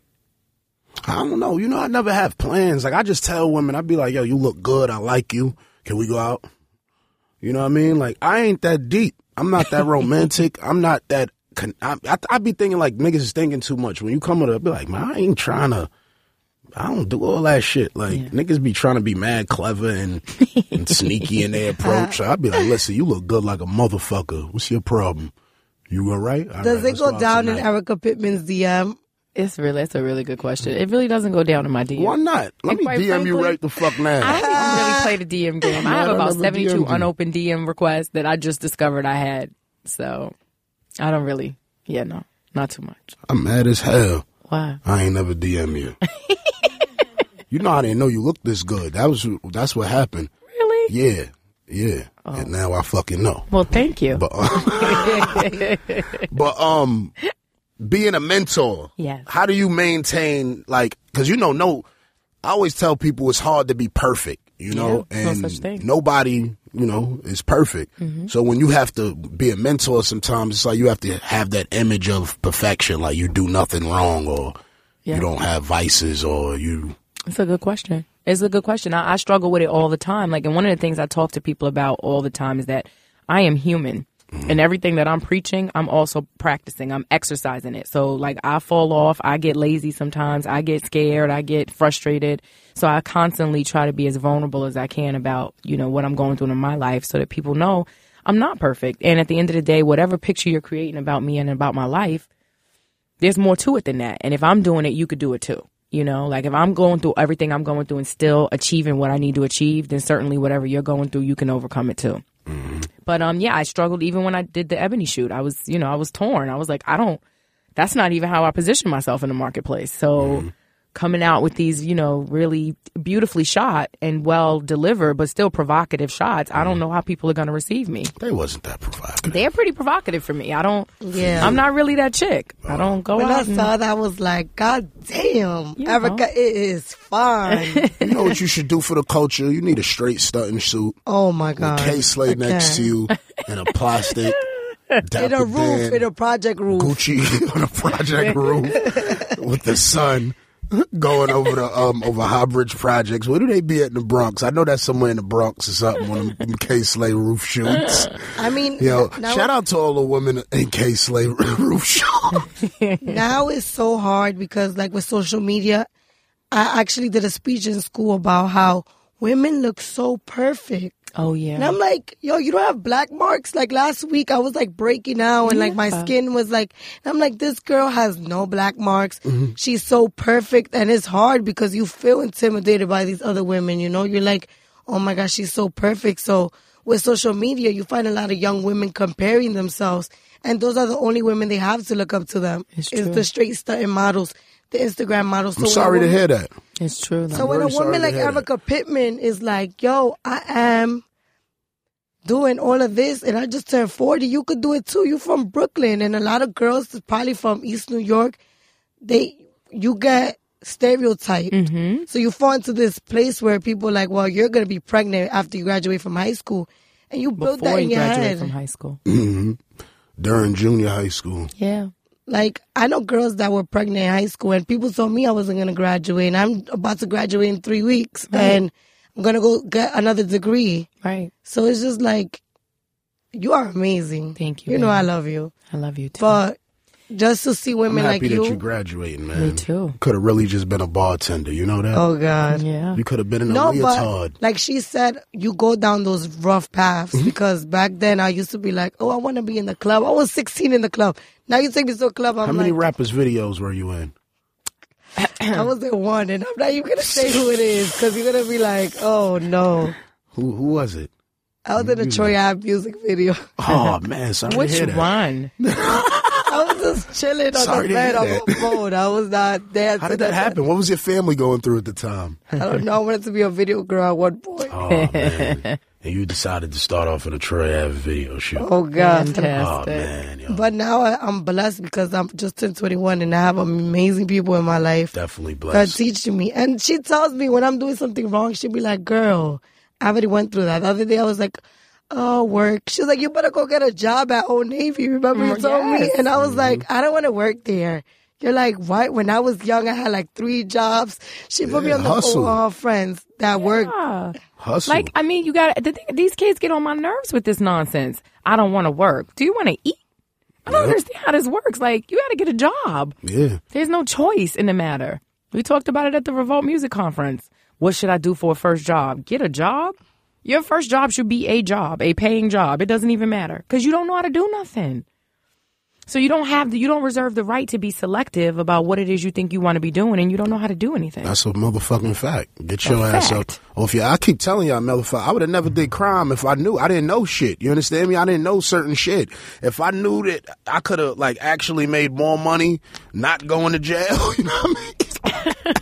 [SPEAKER 1] I don't know. You know, I never have plans. Like I just tell women, I'd be like, "Yo, you look good. I like you. Can we go out?" You know what I mean? Like I ain't that deep. I'm not that romantic. I'm not that. Con- I, I I be thinking like niggas is thinking too much. When you come with it, I be like, man, I ain't trying to. I don't do all that shit. Like niggas be trying to be mad clever and, and sneaky in their approach. So I'd be like, listen, you look good like a motherfucker. What's your problem? You all right? All right,
[SPEAKER 3] does it
[SPEAKER 1] let's
[SPEAKER 3] go
[SPEAKER 1] out
[SPEAKER 3] down in
[SPEAKER 1] tonight.
[SPEAKER 3] Erica Pittman's DM?
[SPEAKER 2] It's really, it's a really good question. It really doesn't go down in my DM.
[SPEAKER 1] Why not? Let
[SPEAKER 2] And
[SPEAKER 1] me DM
[SPEAKER 2] quite
[SPEAKER 1] you
[SPEAKER 2] frankly,
[SPEAKER 1] right the fuck now.
[SPEAKER 2] I don't even really play the DM game. I
[SPEAKER 1] I
[SPEAKER 2] have
[SPEAKER 1] don't
[SPEAKER 2] about
[SPEAKER 1] ever DM
[SPEAKER 2] 72
[SPEAKER 1] you.
[SPEAKER 2] unopened DM requests that I just discovered I had. So I don't really, yeah, no, not too much.
[SPEAKER 1] I'm mad as hell.
[SPEAKER 2] Why?
[SPEAKER 1] I ain't never DM you. you know I didn't know you looked this good. That was that's what happened.
[SPEAKER 2] Really?
[SPEAKER 1] Yeah, yeah. And now I fucking know.
[SPEAKER 2] Well, thank you.
[SPEAKER 1] But um, but um, being a mentor.
[SPEAKER 2] Yes.
[SPEAKER 1] How do you maintain like? Because you know, no. I always tell people it's hard to be perfect. You know,
[SPEAKER 2] Yeah, no
[SPEAKER 1] and
[SPEAKER 2] such thing.
[SPEAKER 1] nobody you know is perfect. So when you have to be a mentor, sometimes it's like you have to have that image of perfection, like you do nothing wrong or
[SPEAKER 2] Yeah.
[SPEAKER 1] you don't have vices or you.
[SPEAKER 2] It's a good question. It's a good question. I, I struggle with it all the time. Like, and one of the things I talk to people about all the time is that I am human. And everything that I'm preaching, I'm also practicing. I'm exercising it. So, like, I fall off. I get lazy sometimes. I get scared. I get frustrated. So, I constantly try to be as vulnerable as I can about, you know, what I'm going through in my life so that people know I'm not perfect. And at the end of the day, whatever picture you're creating about me and about my life, there's more to it than that. And if I'm doing it, you could do it too. You know, like if I'm going through everything I'm going through and still achieving what I need to achieve, then certainly whatever you're going through, you can overcome it too. But um, yeah, I struggled even when I did the ebony shoot. I was, you know, I was torn. I was like, I don't. That's not even how I position myself in the marketplace. So coming out with these, you know, really beautifully shot and well delivered, but still provocative shots. I don't know how people are going to receive me.
[SPEAKER 1] They wasn't that provocative.
[SPEAKER 2] They're pretty provocative for me. I don't.
[SPEAKER 3] Yeah.
[SPEAKER 2] I'm not really that chick. I don't go
[SPEAKER 3] When I
[SPEAKER 2] out. And,
[SPEAKER 3] saw that, I was like, God damn,
[SPEAKER 2] You
[SPEAKER 3] Erica,
[SPEAKER 2] know.
[SPEAKER 3] it is fine.
[SPEAKER 1] You know what you should do for the culture? You need a straight stunting suit,
[SPEAKER 3] oh my God.
[SPEAKER 1] K Slay next to
[SPEAKER 3] Okay.
[SPEAKER 1] you, and a plastic.
[SPEAKER 3] In a roof, in a project roof.
[SPEAKER 1] Gucci on a project roof with the sun going over the um over High Bridge projects. Where do they be at in the Bronx? I know that's somewhere in the Bronx or something on them- them K Slay roof shoots.
[SPEAKER 3] I mean,
[SPEAKER 1] Yo,
[SPEAKER 3] now,
[SPEAKER 1] shout out to all the women in K Slay roof shoots.
[SPEAKER 3] now it's so hard because, like, with social media, I actually did a speech in school about how women look so perfect.
[SPEAKER 2] oh yeah.
[SPEAKER 3] And I'm like, yo, you don't have black marks. Like last week, I was like breaking out, and like my skin was like, and I'm like, this girl has no black marks.
[SPEAKER 1] Mm-hmm.
[SPEAKER 3] She's so perfect, and it's hard because you feel intimidated by these other women. You know, you're like, oh my gosh, she's so perfect. So with social media, you find a lot of young women comparing themselves, and those are the only women they have to look up to them.
[SPEAKER 2] It's
[SPEAKER 3] is
[SPEAKER 2] true.
[SPEAKER 3] the straight stunting models, the Instagram models. So
[SPEAKER 1] I'm
[SPEAKER 3] when a
[SPEAKER 1] sorry to
[SPEAKER 3] woman-
[SPEAKER 1] hear that.
[SPEAKER 2] it's true. Though.
[SPEAKER 3] so when a
[SPEAKER 1] very sorry
[SPEAKER 3] woman
[SPEAKER 1] to
[SPEAKER 3] like
[SPEAKER 1] hear that.
[SPEAKER 3] Erica Pittman is like, "Yo, I am doing all of this, and I just turned forty. You could do it too. You from Brooklyn, and a lot of girls is probably from East New York. They you get stereotyped,
[SPEAKER 2] Mm-hmm.
[SPEAKER 3] so you fall into this place where people are like, well, you're gonna be pregnant after you graduate from high school, and you build
[SPEAKER 2] before
[SPEAKER 3] that in
[SPEAKER 2] you
[SPEAKER 3] your
[SPEAKER 2] graduate
[SPEAKER 3] head. Mm.
[SPEAKER 2] from high school.
[SPEAKER 1] During junior high school.
[SPEAKER 2] Yeah.
[SPEAKER 3] Like I know girls that were pregnant in high school, and people told me I wasn't gonna graduate, and I'm about to graduate in three weeks, and I'm gonna go get another degree.
[SPEAKER 2] Right.
[SPEAKER 3] So it's just like, you are amazing.
[SPEAKER 2] Thank you,
[SPEAKER 3] You know
[SPEAKER 2] baby.
[SPEAKER 3] I love you,
[SPEAKER 2] I love you too.
[SPEAKER 3] but just to see
[SPEAKER 1] I'm
[SPEAKER 3] women like
[SPEAKER 1] happy
[SPEAKER 3] you,
[SPEAKER 1] that you graduating, man.
[SPEAKER 2] Me too.
[SPEAKER 1] Could have really just been a bartender, you know that?
[SPEAKER 3] oh god,
[SPEAKER 2] yeah.
[SPEAKER 1] You could have been in a
[SPEAKER 3] no,
[SPEAKER 1] leotard. Mm-hmm.
[SPEAKER 3] but like she said, you go down those rough paths because back then I used to be like, oh, I want to be in the club. I was 16 in the club. Now you take me to a club. I'm
[SPEAKER 1] How many
[SPEAKER 3] like,
[SPEAKER 1] rappers' videos were you in?
[SPEAKER 3] I was at one, and I'm not even gonna say who it is because you're gonna be like, oh no,
[SPEAKER 1] Who who was it?
[SPEAKER 3] I was in a Troy
[SPEAKER 1] Mm.
[SPEAKER 3] Ave music video.
[SPEAKER 1] Oh man, sorry to
[SPEAKER 2] Which
[SPEAKER 1] hear that.
[SPEAKER 2] one?
[SPEAKER 3] I was just chilling on
[SPEAKER 1] Sorry to
[SPEAKER 3] the bed
[SPEAKER 1] hear
[SPEAKER 3] on
[SPEAKER 1] that.
[SPEAKER 3] my phone. I was not there.
[SPEAKER 1] How
[SPEAKER 3] to
[SPEAKER 1] did that happen? What was your family going through at the time?
[SPEAKER 3] I don't know. I wanted to be a video girl at one point.
[SPEAKER 1] Oh man! and you decided to start off in a Troy Ave video shoot. Oh,
[SPEAKER 3] Oh God.
[SPEAKER 2] Fantastic.
[SPEAKER 1] man, yo,
[SPEAKER 3] But now I, I'm blessed because I'm just turned 21 and I have amazing people in my life
[SPEAKER 1] definitely
[SPEAKER 3] that
[SPEAKER 1] blessed.
[SPEAKER 3] teach me. And she tells me when I'm doing something wrong, she'll be like, "Girl, I already went through that." The other day I was like, "Oh, work." She's like, "You better go get a job at Old Navy." Remember you
[SPEAKER 2] Mm,
[SPEAKER 3] told me?
[SPEAKER 2] yes.
[SPEAKER 3] And I was like, "I don't want to work there." You're like, "What?" When I was young, I had like three jobs. She put me
[SPEAKER 1] Yeah,
[SPEAKER 3] on the
[SPEAKER 1] hustle.
[SPEAKER 3] phone with all friends that worked.
[SPEAKER 2] Ah.
[SPEAKER 1] Hustle.
[SPEAKER 2] Like, I mean, you got the thing, these kids get on my nerves with this nonsense. I don't want to work. Do you want to eat? I don't understand how this works. Like, you got to get a job.
[SPEAKER 1] yeah.
[SPEAKER 2] There's no choice in the matter. We talked about it at the Revolt Music Conference. What should I do for a first job? Get a job? Your first job should be a job, a paying job. It doesn't even matter because you don't know how to do nothing. So you don't have the, you don't reserve the right to be selective about what it is you think you want to be doing and you don't know how to do anything.
[SPEAKER 1] That's a motherfucking fact. Get your
[SPEAKER 2] A
[SPEAKER 1] ass
[SPEAKER 2] fact.
[SPEAKER 1] up. Or if you, I keep telling y'all, motherfucker, I would have never did crime if I knew. I didn't know shit. You understand me? I didn't know certain shit. If I knew that I could have like actually made more money, not going to jail. You know what I mean?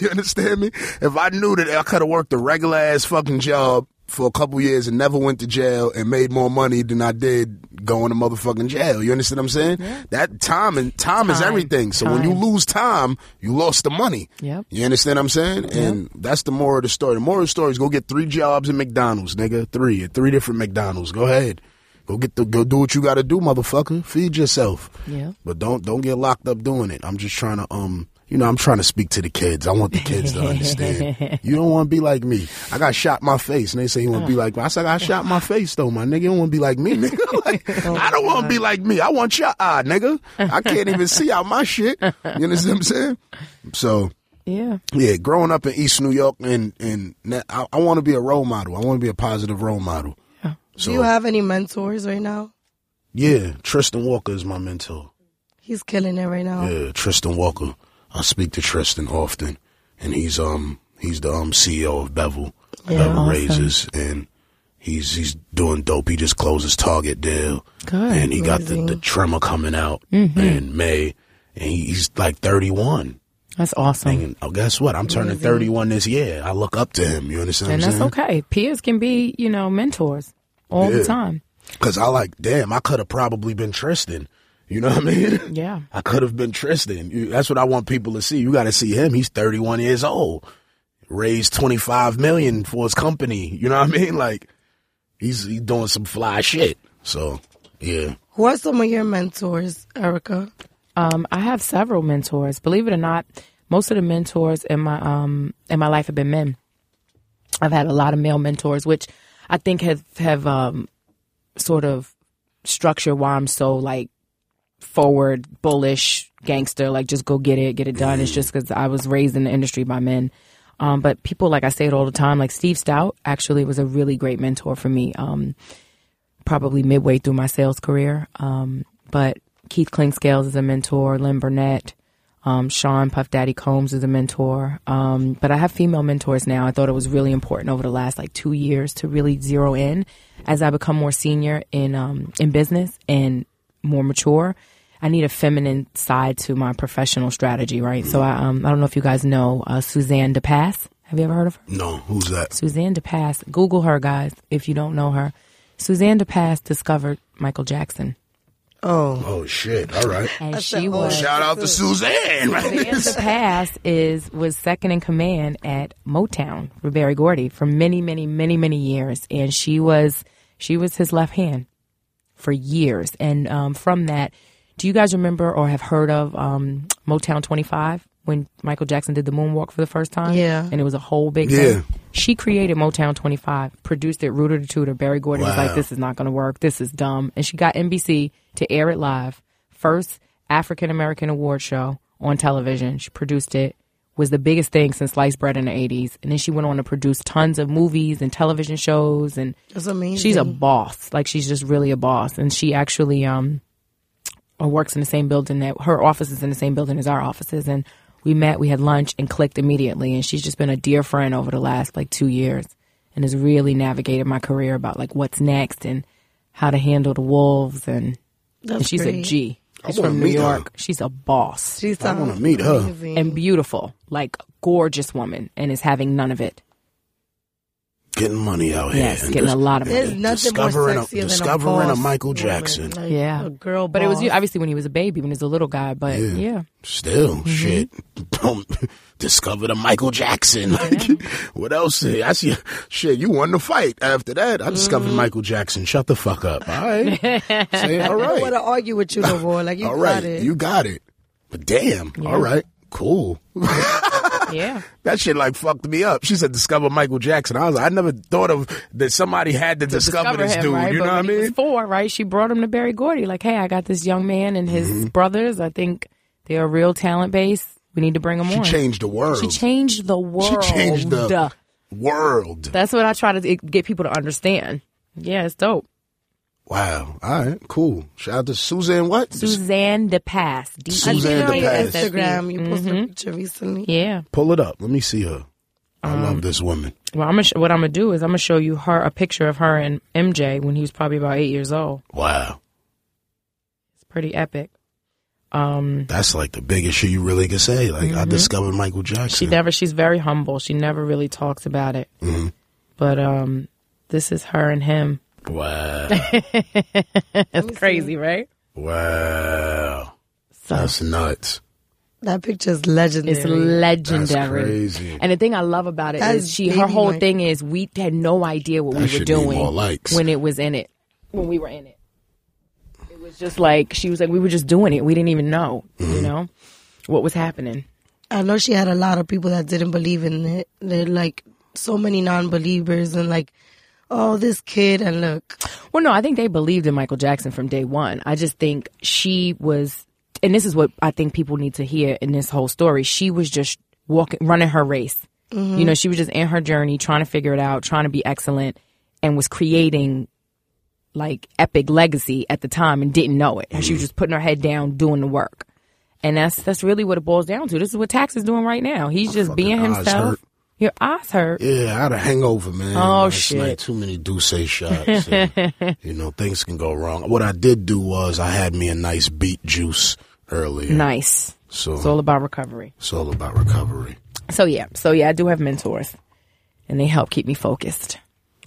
[SPEAKER 1] you understand me? If I knew that I could have worked a regular ass fucking job for a couple years and never went to jail and made more money than I did going to motherfucking jail. You understand what I'm saying? That time and time, is
[SPEAKER 2] Time.
[SPEAKER 1] everything. So when you
[SPEAKER 2] Time.
[SPEAKER 1] lose time, you lost the money.
[SPEAKER 2] Yep.
[SPEAKER 1] You understand what I'm saying? And that's the moral of the story. The moral of the story is go get three jobs at McDonald's, nigga. Three at three different McDonald's. Go ahead. Go get the go do what you gotta do, motherfucker. Feed yourself.
[SPEAKER 2] Yeah.
[SPEAKER 1] But don't don't get locked up doing it. I'm just trying to um you know, I'm trying to speak to the kids. I want the kids to understand. You don't want to be like me. I got shot in my face, and they say you want to be like me. I said I got shot in my face though, my nigga. You don't want to be like me, nigga. Like, I don't want to be like me. I want your eye, nigga. I can't even see out my shit. You understand what I'm saying? So
[SPEAKER 2] Yeah.
[SPEAKER 1] yeah, growing up in East New York, and and na- I, I want to be a role model. I want to be a positive role model. So
[SPEAKER 3] Do you have any mentors right now?
[SPEAKER 1] yeah, Tristan Walker is my mentor.
[SPEAKER 3] He's killing it right now.
[SPEAKER 1] Yeah, Tristan Walker. I speak to Tristan often, and he's um he's the um CEO of Bevel Bevel
[SPEAKER 2] awesome.
[SPEAKER 1] Razors, and he's he's doing dope. He just closed his Target deal,
[SPEAKER 2] Good. Mm-hmm.
[SPEAKER 1] and he got the, the trimmer coming out in May, and he, he's like thirty one.
[SPEAKER 2] That's awesome.
[SPEAKER 1] And oh, guess what? I'm turning 31 this year. I look up to him. You understand?
[SPEAKER 2] and
[SPEAKER 1] what I'm
[SPEAKER 2] that's
[SPEAKER 1] saying?
[SPEAKER 2] okay. Peers can be, you know, mentors all
[SPEAKER 1] Yeah.
[SPEAKER 2] the time.
[SPEAKER 1] Because I like, damn, I could have probably been Tristan. You know what I mean?
[SPEAKER 2] Yeah.
[SPEAKER 1] I could have been Tristan. You, that's what I want people to see. You got to see him. He's 31 years old, raised 25 million for his company. You know what I mean? Like, he's, he's doing some fly shit. So, yeah.
[SPEAKER 3] Who are some of your mentors, Erica?
[SPEAKER 2] Um, I have several mentors. Believe it or not, most of the mentors in my um in my life have been men. I've had a lot of male mentors, which I think have have um sort of structured why I'm so like forward, bullish, gangster. Like just go get it, get it done. It's just because I was raised in the industry by men. Um, but people, like I say it all the time, like Steve Stout actually was a really great mentor for me. Um, probably midway through my sales career. Um, but Keith Klingscales is a mentor, Lynn Burnett, um, Sean Puff Daddy Combs is a mentor. Um, but I have female mentors now. I thought it was really important over the last like two years to really zero in as I become more senior in um, in business and more mature. I need a feminine side to my professional strategy, right? So I, um, I don't know if you guys know uh, Suzanne DePass. Have you ever heard of her?
[SPEAKER 1] No, who's that?
[SPEAKER 2] Suzanne DePass. Google her, guys, if you don't know her. Suzanne DePass discovered Michael Jackson,
[SPEAKER 3] Oh,
[SPEAKER 1] Oh, shit. All right.
[SPEAKER 2] and
[SPEAKER 3] That's the
[SPEAKER 2] she
[SPEAKER 3] old
[SPEAKER 2] was
[SPEAKER 1] Shout out to Suzanne. Right?
[SPEAKER 2] Suzanne DePass is was second in command at Motown for Barry Gordy for many, many, many, many years, and she was she was his left hand for years. And um, from that, do you guys remember or have heard of um, Motown 25 when Michael Jackson did the moonwalk for the first time?
[SPEAKER 3] Yeah.
[SPEAKER 2] and it was a whole big
[SPEAKER 1] Yeah.
[SPEAKER 2] thing. She created Motown 25, produced it rooter to Tudor. Barry Gordy was
[SPEAKER 1] Wow.
[SPEAKER 2] like, "This is not going to work. This is dumb," and she got NBC to air it live. First African American award show on television. She produced it. Was the biggest thing since sliced bread in the 80s, and then she went on to produce tons of movies and television shows and
[SPEAKER 3] that's amazing.
[SPEAKER 2] she's a boss. Like she's just really a boss, and she actually um uh, works in the same building that her office is in the same building as our offices, and we met, we had lunch, and clicked immediately. And she's just been a dear friend over the last like two years, and has really navigated my career about like what's next and how to handle the wolves, and,
[SPEAKER 3] That's
[SPEAKER 2] and she's a
[SPEAKER 3] great.
[SPEAKER 2] G.
[SPEAKER 1] I
[SPEAKER 2] She's
[SPEAKER 1] wanna
[SPEAKER 2] from New
[SPEAKER 1] meet her.
[SPEAKER 2] York. She's a boss
[SPEAKER 3] She
[SPEAKER 1] I
[SPEAKER 3] sounds
[SPEAKER 1] want to meet her.
[SPEAKER 3] amazing.
[SPEAKER 2] and beautiful, like gorgeous woman, and is having none of it.
[SPEAKER 1] Getting money out here.
[SPEAKER 2] Yes,
[SPEAKER 1] and
[SPEAKER 2] getting a lot of
[SPEAKER 1] and
[SPEAKER 2] money.
[SPEAKER 3] There's nothing more
[SPEAKER 1] discovering
[SPEAKER 3] sexy
[SPEAKER 1] a,
[SPEAKER 3] than
[SPEAKER 1] discovering
[SPEAKER 3] a, boss
[SPEAKER 1] Michael
[SPEAKER 3] woman,
[SPEAKER 1] Jackson.
[SPEAKER 3] like
[SPEAKER 2] Yeah.
[SPEAKER 3] a girl.
[SPEAKER 2] But it was
[SPEAKER 3] boss.
[SPEAKER 2] you- obviously when he was a baby, when he was a little guy. But
[SPEAKER 1] Yeah.
[SPEAKER 2] yeah.
[SPEAKER 1] Still, shit. Boom. Discovered a Michael Jackson. Like, what else? I see. Shit, you won the fight. After that, I discovered Michael Jackson. Shut the fuck up. All right. Say, all
[SPEAKER 3] I don't want
[SPEAKER 1] right.
[SPEAKER 3] to argue with you no more. Like you
[SPEAKER 1] All
[SPEAKER 3] got
[SPEAKER 1] right.
[SPEAKER 3] it.
[SPEAKER 1] You got it. But damn. All right. Cool.
[SPEAKER 2] Yeah.
[SPEAKER 1] That shit like fucked me up. She said discover Michael Jackson. I was like, I never thought of that somebody had to, discover, this dude.
[SPEAKER 2] right?
[SPEAKER 1] You know
[SPEAKER 2] but
[SPEAKER 1] what I
[SPEAKER 2] when he was
[SPEAKER 1] mean?
[SPEAKER 2] four, right? She brought him to Barry Gordy. Like, hey, I got this young man and his
[SPEAKER 1] Mm-hmm.
[SPEAKER 2] brothers. I think they are real talent base. We need to bring them
[SPEAKER 1] She
[SPEAKER 2] on.
[SPEAKER 1] changed the world.
[SPEAKER 2] She changed the world.
[SPEAKER 1] She changed the world.
[SPEAKER 2] That's what I try to get people to understand. Yeah, it's dope.
[SPEAKER 1] Wow. All right. Cool. Shout out to Suzanne. What?
[SPEAKER 2] Suzanne DePass. D- E
[SPEAKER 3] I seen
[SPEAKER 1] Suzanne
[SPEAKER 3] it on your
[SPEAKER 1] DePass.
[SPEAKER 3] Instagram. You
[SPEAKER 2] Mm-hmm.
[SPEAKER 3] posted a picture recently.
[SPEAKER 2] Yeah.
[SPEAKER 1] Pull it up. Let me see her. I
[SPEAKER 2] Um,
[SPEAKER 1] love this woman.
[SPEAKER 2] Well, I'm gonna sh- what I'm gonna do is I'm gonna show you her a picture of her and MJ when he was probably about eight years old.
[SPEAKER 1] Wow.
[SPEAKER 2] It's pretty epic. Um,
[SPEAKER 1] That's like the biggest shit you really could say. Like I discovered Michael
[SPEAKER 2] Mm-hmm. She
[SPEAKER 1] Jackson.
[SPEAKER 2] never. She's very humble. She never really talks about it.
[SPEAKER 1] Mm-hmm.
[SPEAKER 2] But um, this is her and him.
[SPEAKER 1] wow.
[SPEAKER 2] That's crazy, right?
[SPEAKER 1] wow. That's nuts.
[SPEAKER 3] That picture's legendary.
[SPEAKER 2] It's legendary.
[SPEAKER 1] That's crazy.
[SPEAKER 2] And the thing I love about it is
[SPEAKER 3] That's
[SPEAKER 2] she. Her
[SPEAKER 3] baby
[SPEAKER 2] whole
[SPEAKER 3] Mike.
[SPEAKER 2] thing is we had no idea what
[SPEAKER 1] That
[SPEAKER 2] we were
[SPEAKER 1] should need
[SPEAKER 2] doing
[SPEAKER 1] more likes.
[SPEAKER 2] when it was in it. When we were in it, it was just like she was like we were just doing it. We didn't even know,
[SPEAKER 1] Mm-hmm.
[SPEAKER 2] you know, what was happening.
[SPEAKER 3] I know she had a lot of people that didn't believe in it. They're like so many non-believers and like, oh, this kid and look,
[SPEAKER 2] Well, no, I think they believed in Michael Jackson from day one. I just think she was, and this is what I think people need to hear in this whole story. She was just walking, running her race.
[SPEAKER 1] Mm-hmm.
[SPEAKER 2] You know, she was just in her journey, trying to figure it out, trying to be excellent, and was creating like epic legacy at the time and didn't know it. She was
[SPEAKER 1] Mm-hmm.
[SPEAKER 2] just putting her head down, doing the work. And that's that's really what it boils down to. This is what Tax is doing right now. He's just being
[SPEAKER 1] eyes hurt.
[SPEAKER 2] himself. Your eyes hurt.
[SPEAKER 1] Yeah, I had a hangover, man.
[SPEAKER 2] Oh,
[SPEAKER 1] Last
[SPEAKER 2] shit.
[SPEAKER 1] Night, too many Douce shots. and, you know, things can go wrong. What I did do was I had me a nice beet juice earlier.
[SPEAKER 2] Nice.
[SPEAKER 1] So
[SPEAKER 2] It's all about recovery.
[SPEAKER 1] it's all about recovery.
[SPEAKER 2] So yeah, so yeah, I do have mentors, and they help keep me focused.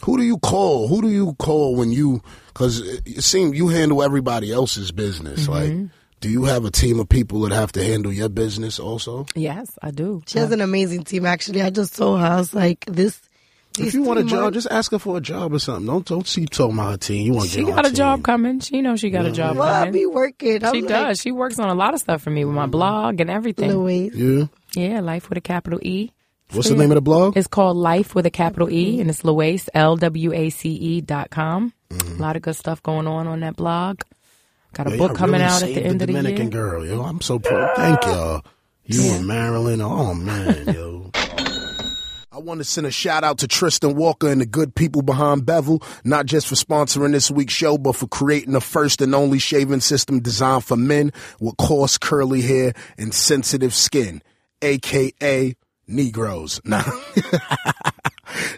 [SPEAKER 1] Who do you call? Who do you call when you? Because it it seems you handle everybody else's
[SPEAKER 2] Mm-hmm.
[SPEAKER 1] business. Like, do you have a team of people that have to handle your business also?
[SPEAKER 2] Yes, I do.
[SPEAKER 3] She has an amazing team, actually. I just told her, I was like, this.
[SPEAKER 1] If you want a job, just ask her for a job or something. Don't don't keep talking about her team. You want
[SPEAKER 2] She got a job coming. She knows she got a job
[SPEAKER 3] well, I
[SPEAKER 2] coming.
[SPEAKER 3] be working. I'm
[SPEAKER 2] She
[SPEAKER 3] like,
[SPEAKER 2] does. She works on a lot of stuff for me with my blog and everything.
[SPEAKER 3] Louise.
[SPEAKER 1] Yeah.
[SPEAKER 2] Yeah, Life with a capital E.
[SPEAKER 1] What's the name of the blog?
[SPEAKER 2] It's called Life with a capital E, and it's Loace, L W A C E dot com. A lot of good stuff going on on that blog. Got a
[SPEAKER 1] Mm-hmm. Yeah,
[SPEAKER 2] book
[SPEAKER 1] y'all
[SPEAKER 2] coming
[SPEAKER 1] really
[SPEAKER 2] out at
[SPEAKER 1] saved
[SPEAKER 2] the end of the
[SPEAKER 1] Dominican
[SPEAKER 2] year.
[SPEAKER 1] girl, yo. I'm so proud. Thank y'all. You and Marilyn. Oh man, yo. I want to send a shout out to Tristan Walker and the good people behind Bevel, not just for sponsoring this week's show, but for creating the first and only shaving system designed for men with coarse curly hair and sensitive skin, aka Negroes. Nah.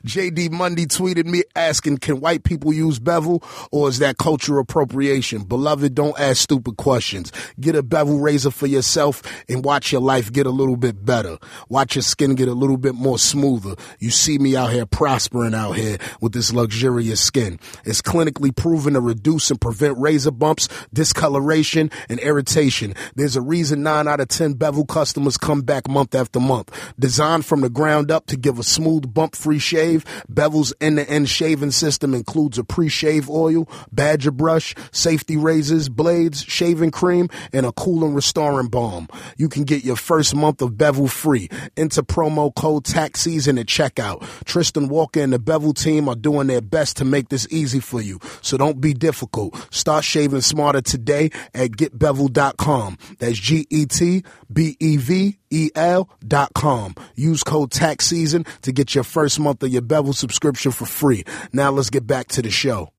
[SPEAKER 1] JD Mundy tweeted me asking, can white people use bevel or is that cultural appropriation? Beloved, don't ask stupid questions. Get a bevel razor for yourself and watch your life get a little bit better. Watch your skin get a little bit more smoother. You see me out here prospering out here with this luxurious skin. It's clinically proven to reduce and prevent razor bumps, discoloration, and irritation. There's a reason nine out of 10 bevel customers come back month after month. Designed from the ground up to give a smooth, bump free shave, Bevel's end to end shaving system includes a pre shave oil, badger brush, safety razors, blades, shaving cream, and a cool and restoring balm. You can get your first month of Bevel free. Enter promo code tax season at checkout. Tristan Walker and the Bevel team are doing their best to make this easy for you. So don't be difficult. Start shaving smarter today at getbevel.com. That's G E T B E V E L dot com. Use code tax season to get your first month of your Bevel subscription for free. Now let's get back to the show.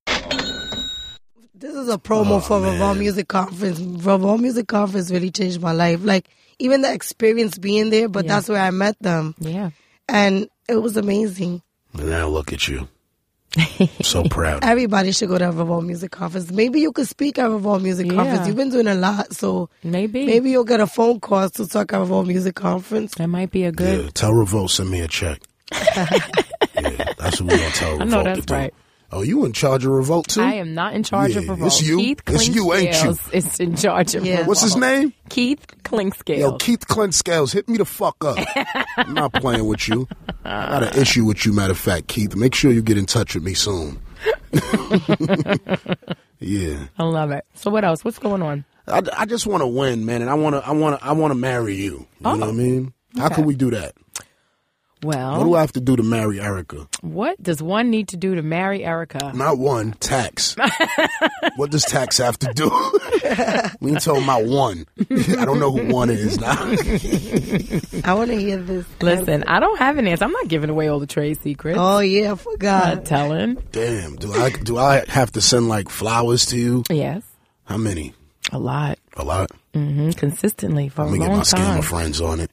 [SPEAKER 3] This is a promo for Revolve Music Conference. Revolve Music Conference really changed my life. Like, even the experience being there, but that's where I met them.
[SPEAKER 2] Yeah.
[SPEAKER 3] And it was amazing.
[SPEAKER 1] And now look at you. so proud.
[SPEAKER 3] Everybody should go to Revolve Music Conference. Maybe you could speak at Revolve Music
[SPEAKER 2] Yeah.
[SPEAKER 3] Conference. You've been doing a lot, so
[SPEAKER 2] Maybe.
[SPEAKER 3] maybe you'll get a phone call to talk at Revolve Music Conference.
[SPEAKER 2] That might be a good.
[SPEAKER 1] Yeah, tell Revolt send me a check. yeah, that's what we gonna tell Revolt
[SPEAKER 2] I
[SPEAKER 1] to
[SPEAKER 2] know that's
[SPEAKER 1] do.
[SPEAKER 2] right.
[SPEAKER 1] Oh, you in charge of Revolt too?
[SPEAKER 2] I am not in charge
[SPEAKER 1] Yeah,
[SPEAKER 2] of
[SPEAKER 1] it's
[SPEAKER 2] Revolt.
[SPEAKER 1] you.
[SPEAKER 2] Keith
[SPEAKER 1] It's you, ain't you?
[SPEAKER 2] Clinkscales is in charge of
[SPEAKER 3] Yeah.
[SPEAKER 2] Revolt.
[SPEAKER 1] What's his name?
[SPEAKER 2] Keith Clinkscales.
[SPEAKER 1] Yo, Keith Clint Scales, hit me the fuck up. I'm not playing with you. I got an issue with you, matter of fact, Keith. Make sure you get in touch with me soon. yeah.
[SPEAKER 2] I love it. So what else? What's going on?
[SPEAKER 1] I, I just want to win, man, and I want to I want to I want to marry you. You
[SPEAKER 2] Oh.
[SPEAKER 1] know what I mean? How can we do that? What
[SPEAKER 2] Well,
[SPEAKER 1] do I have to do to marry Erica?
[SPEAKER 2] what does one need to do to marry Erica?
[SPEAKER 1] Not one tax. what does tax have to do? we ain't talking about one. I don't know who one is now.
[SPEAKER 3] I want to hear this.
[SPEAKER 2] Listen, I don't have an answer. I'm not giving away all the trade secrets.
[SPEAKER 3] Oh yeah, I forgot.
[SPEAKER 2] Not telling.
[SPEAKER 1] Damn, do I do I have to send like flowers to you?
[SPEAKER 2] Yes,
[SPEAKER 1] How many?
[SPEAKER 2] a lot.
[SPEAKER 1] A lot.
[SPEAKER 2] hmm Consistently for a
[SPEAKER 1] Let me get
[SPEAKER 2] long
[SPEAKER 1] my scammer
[SPEAKER 2] time.
[SPEAKER 1] friends on it.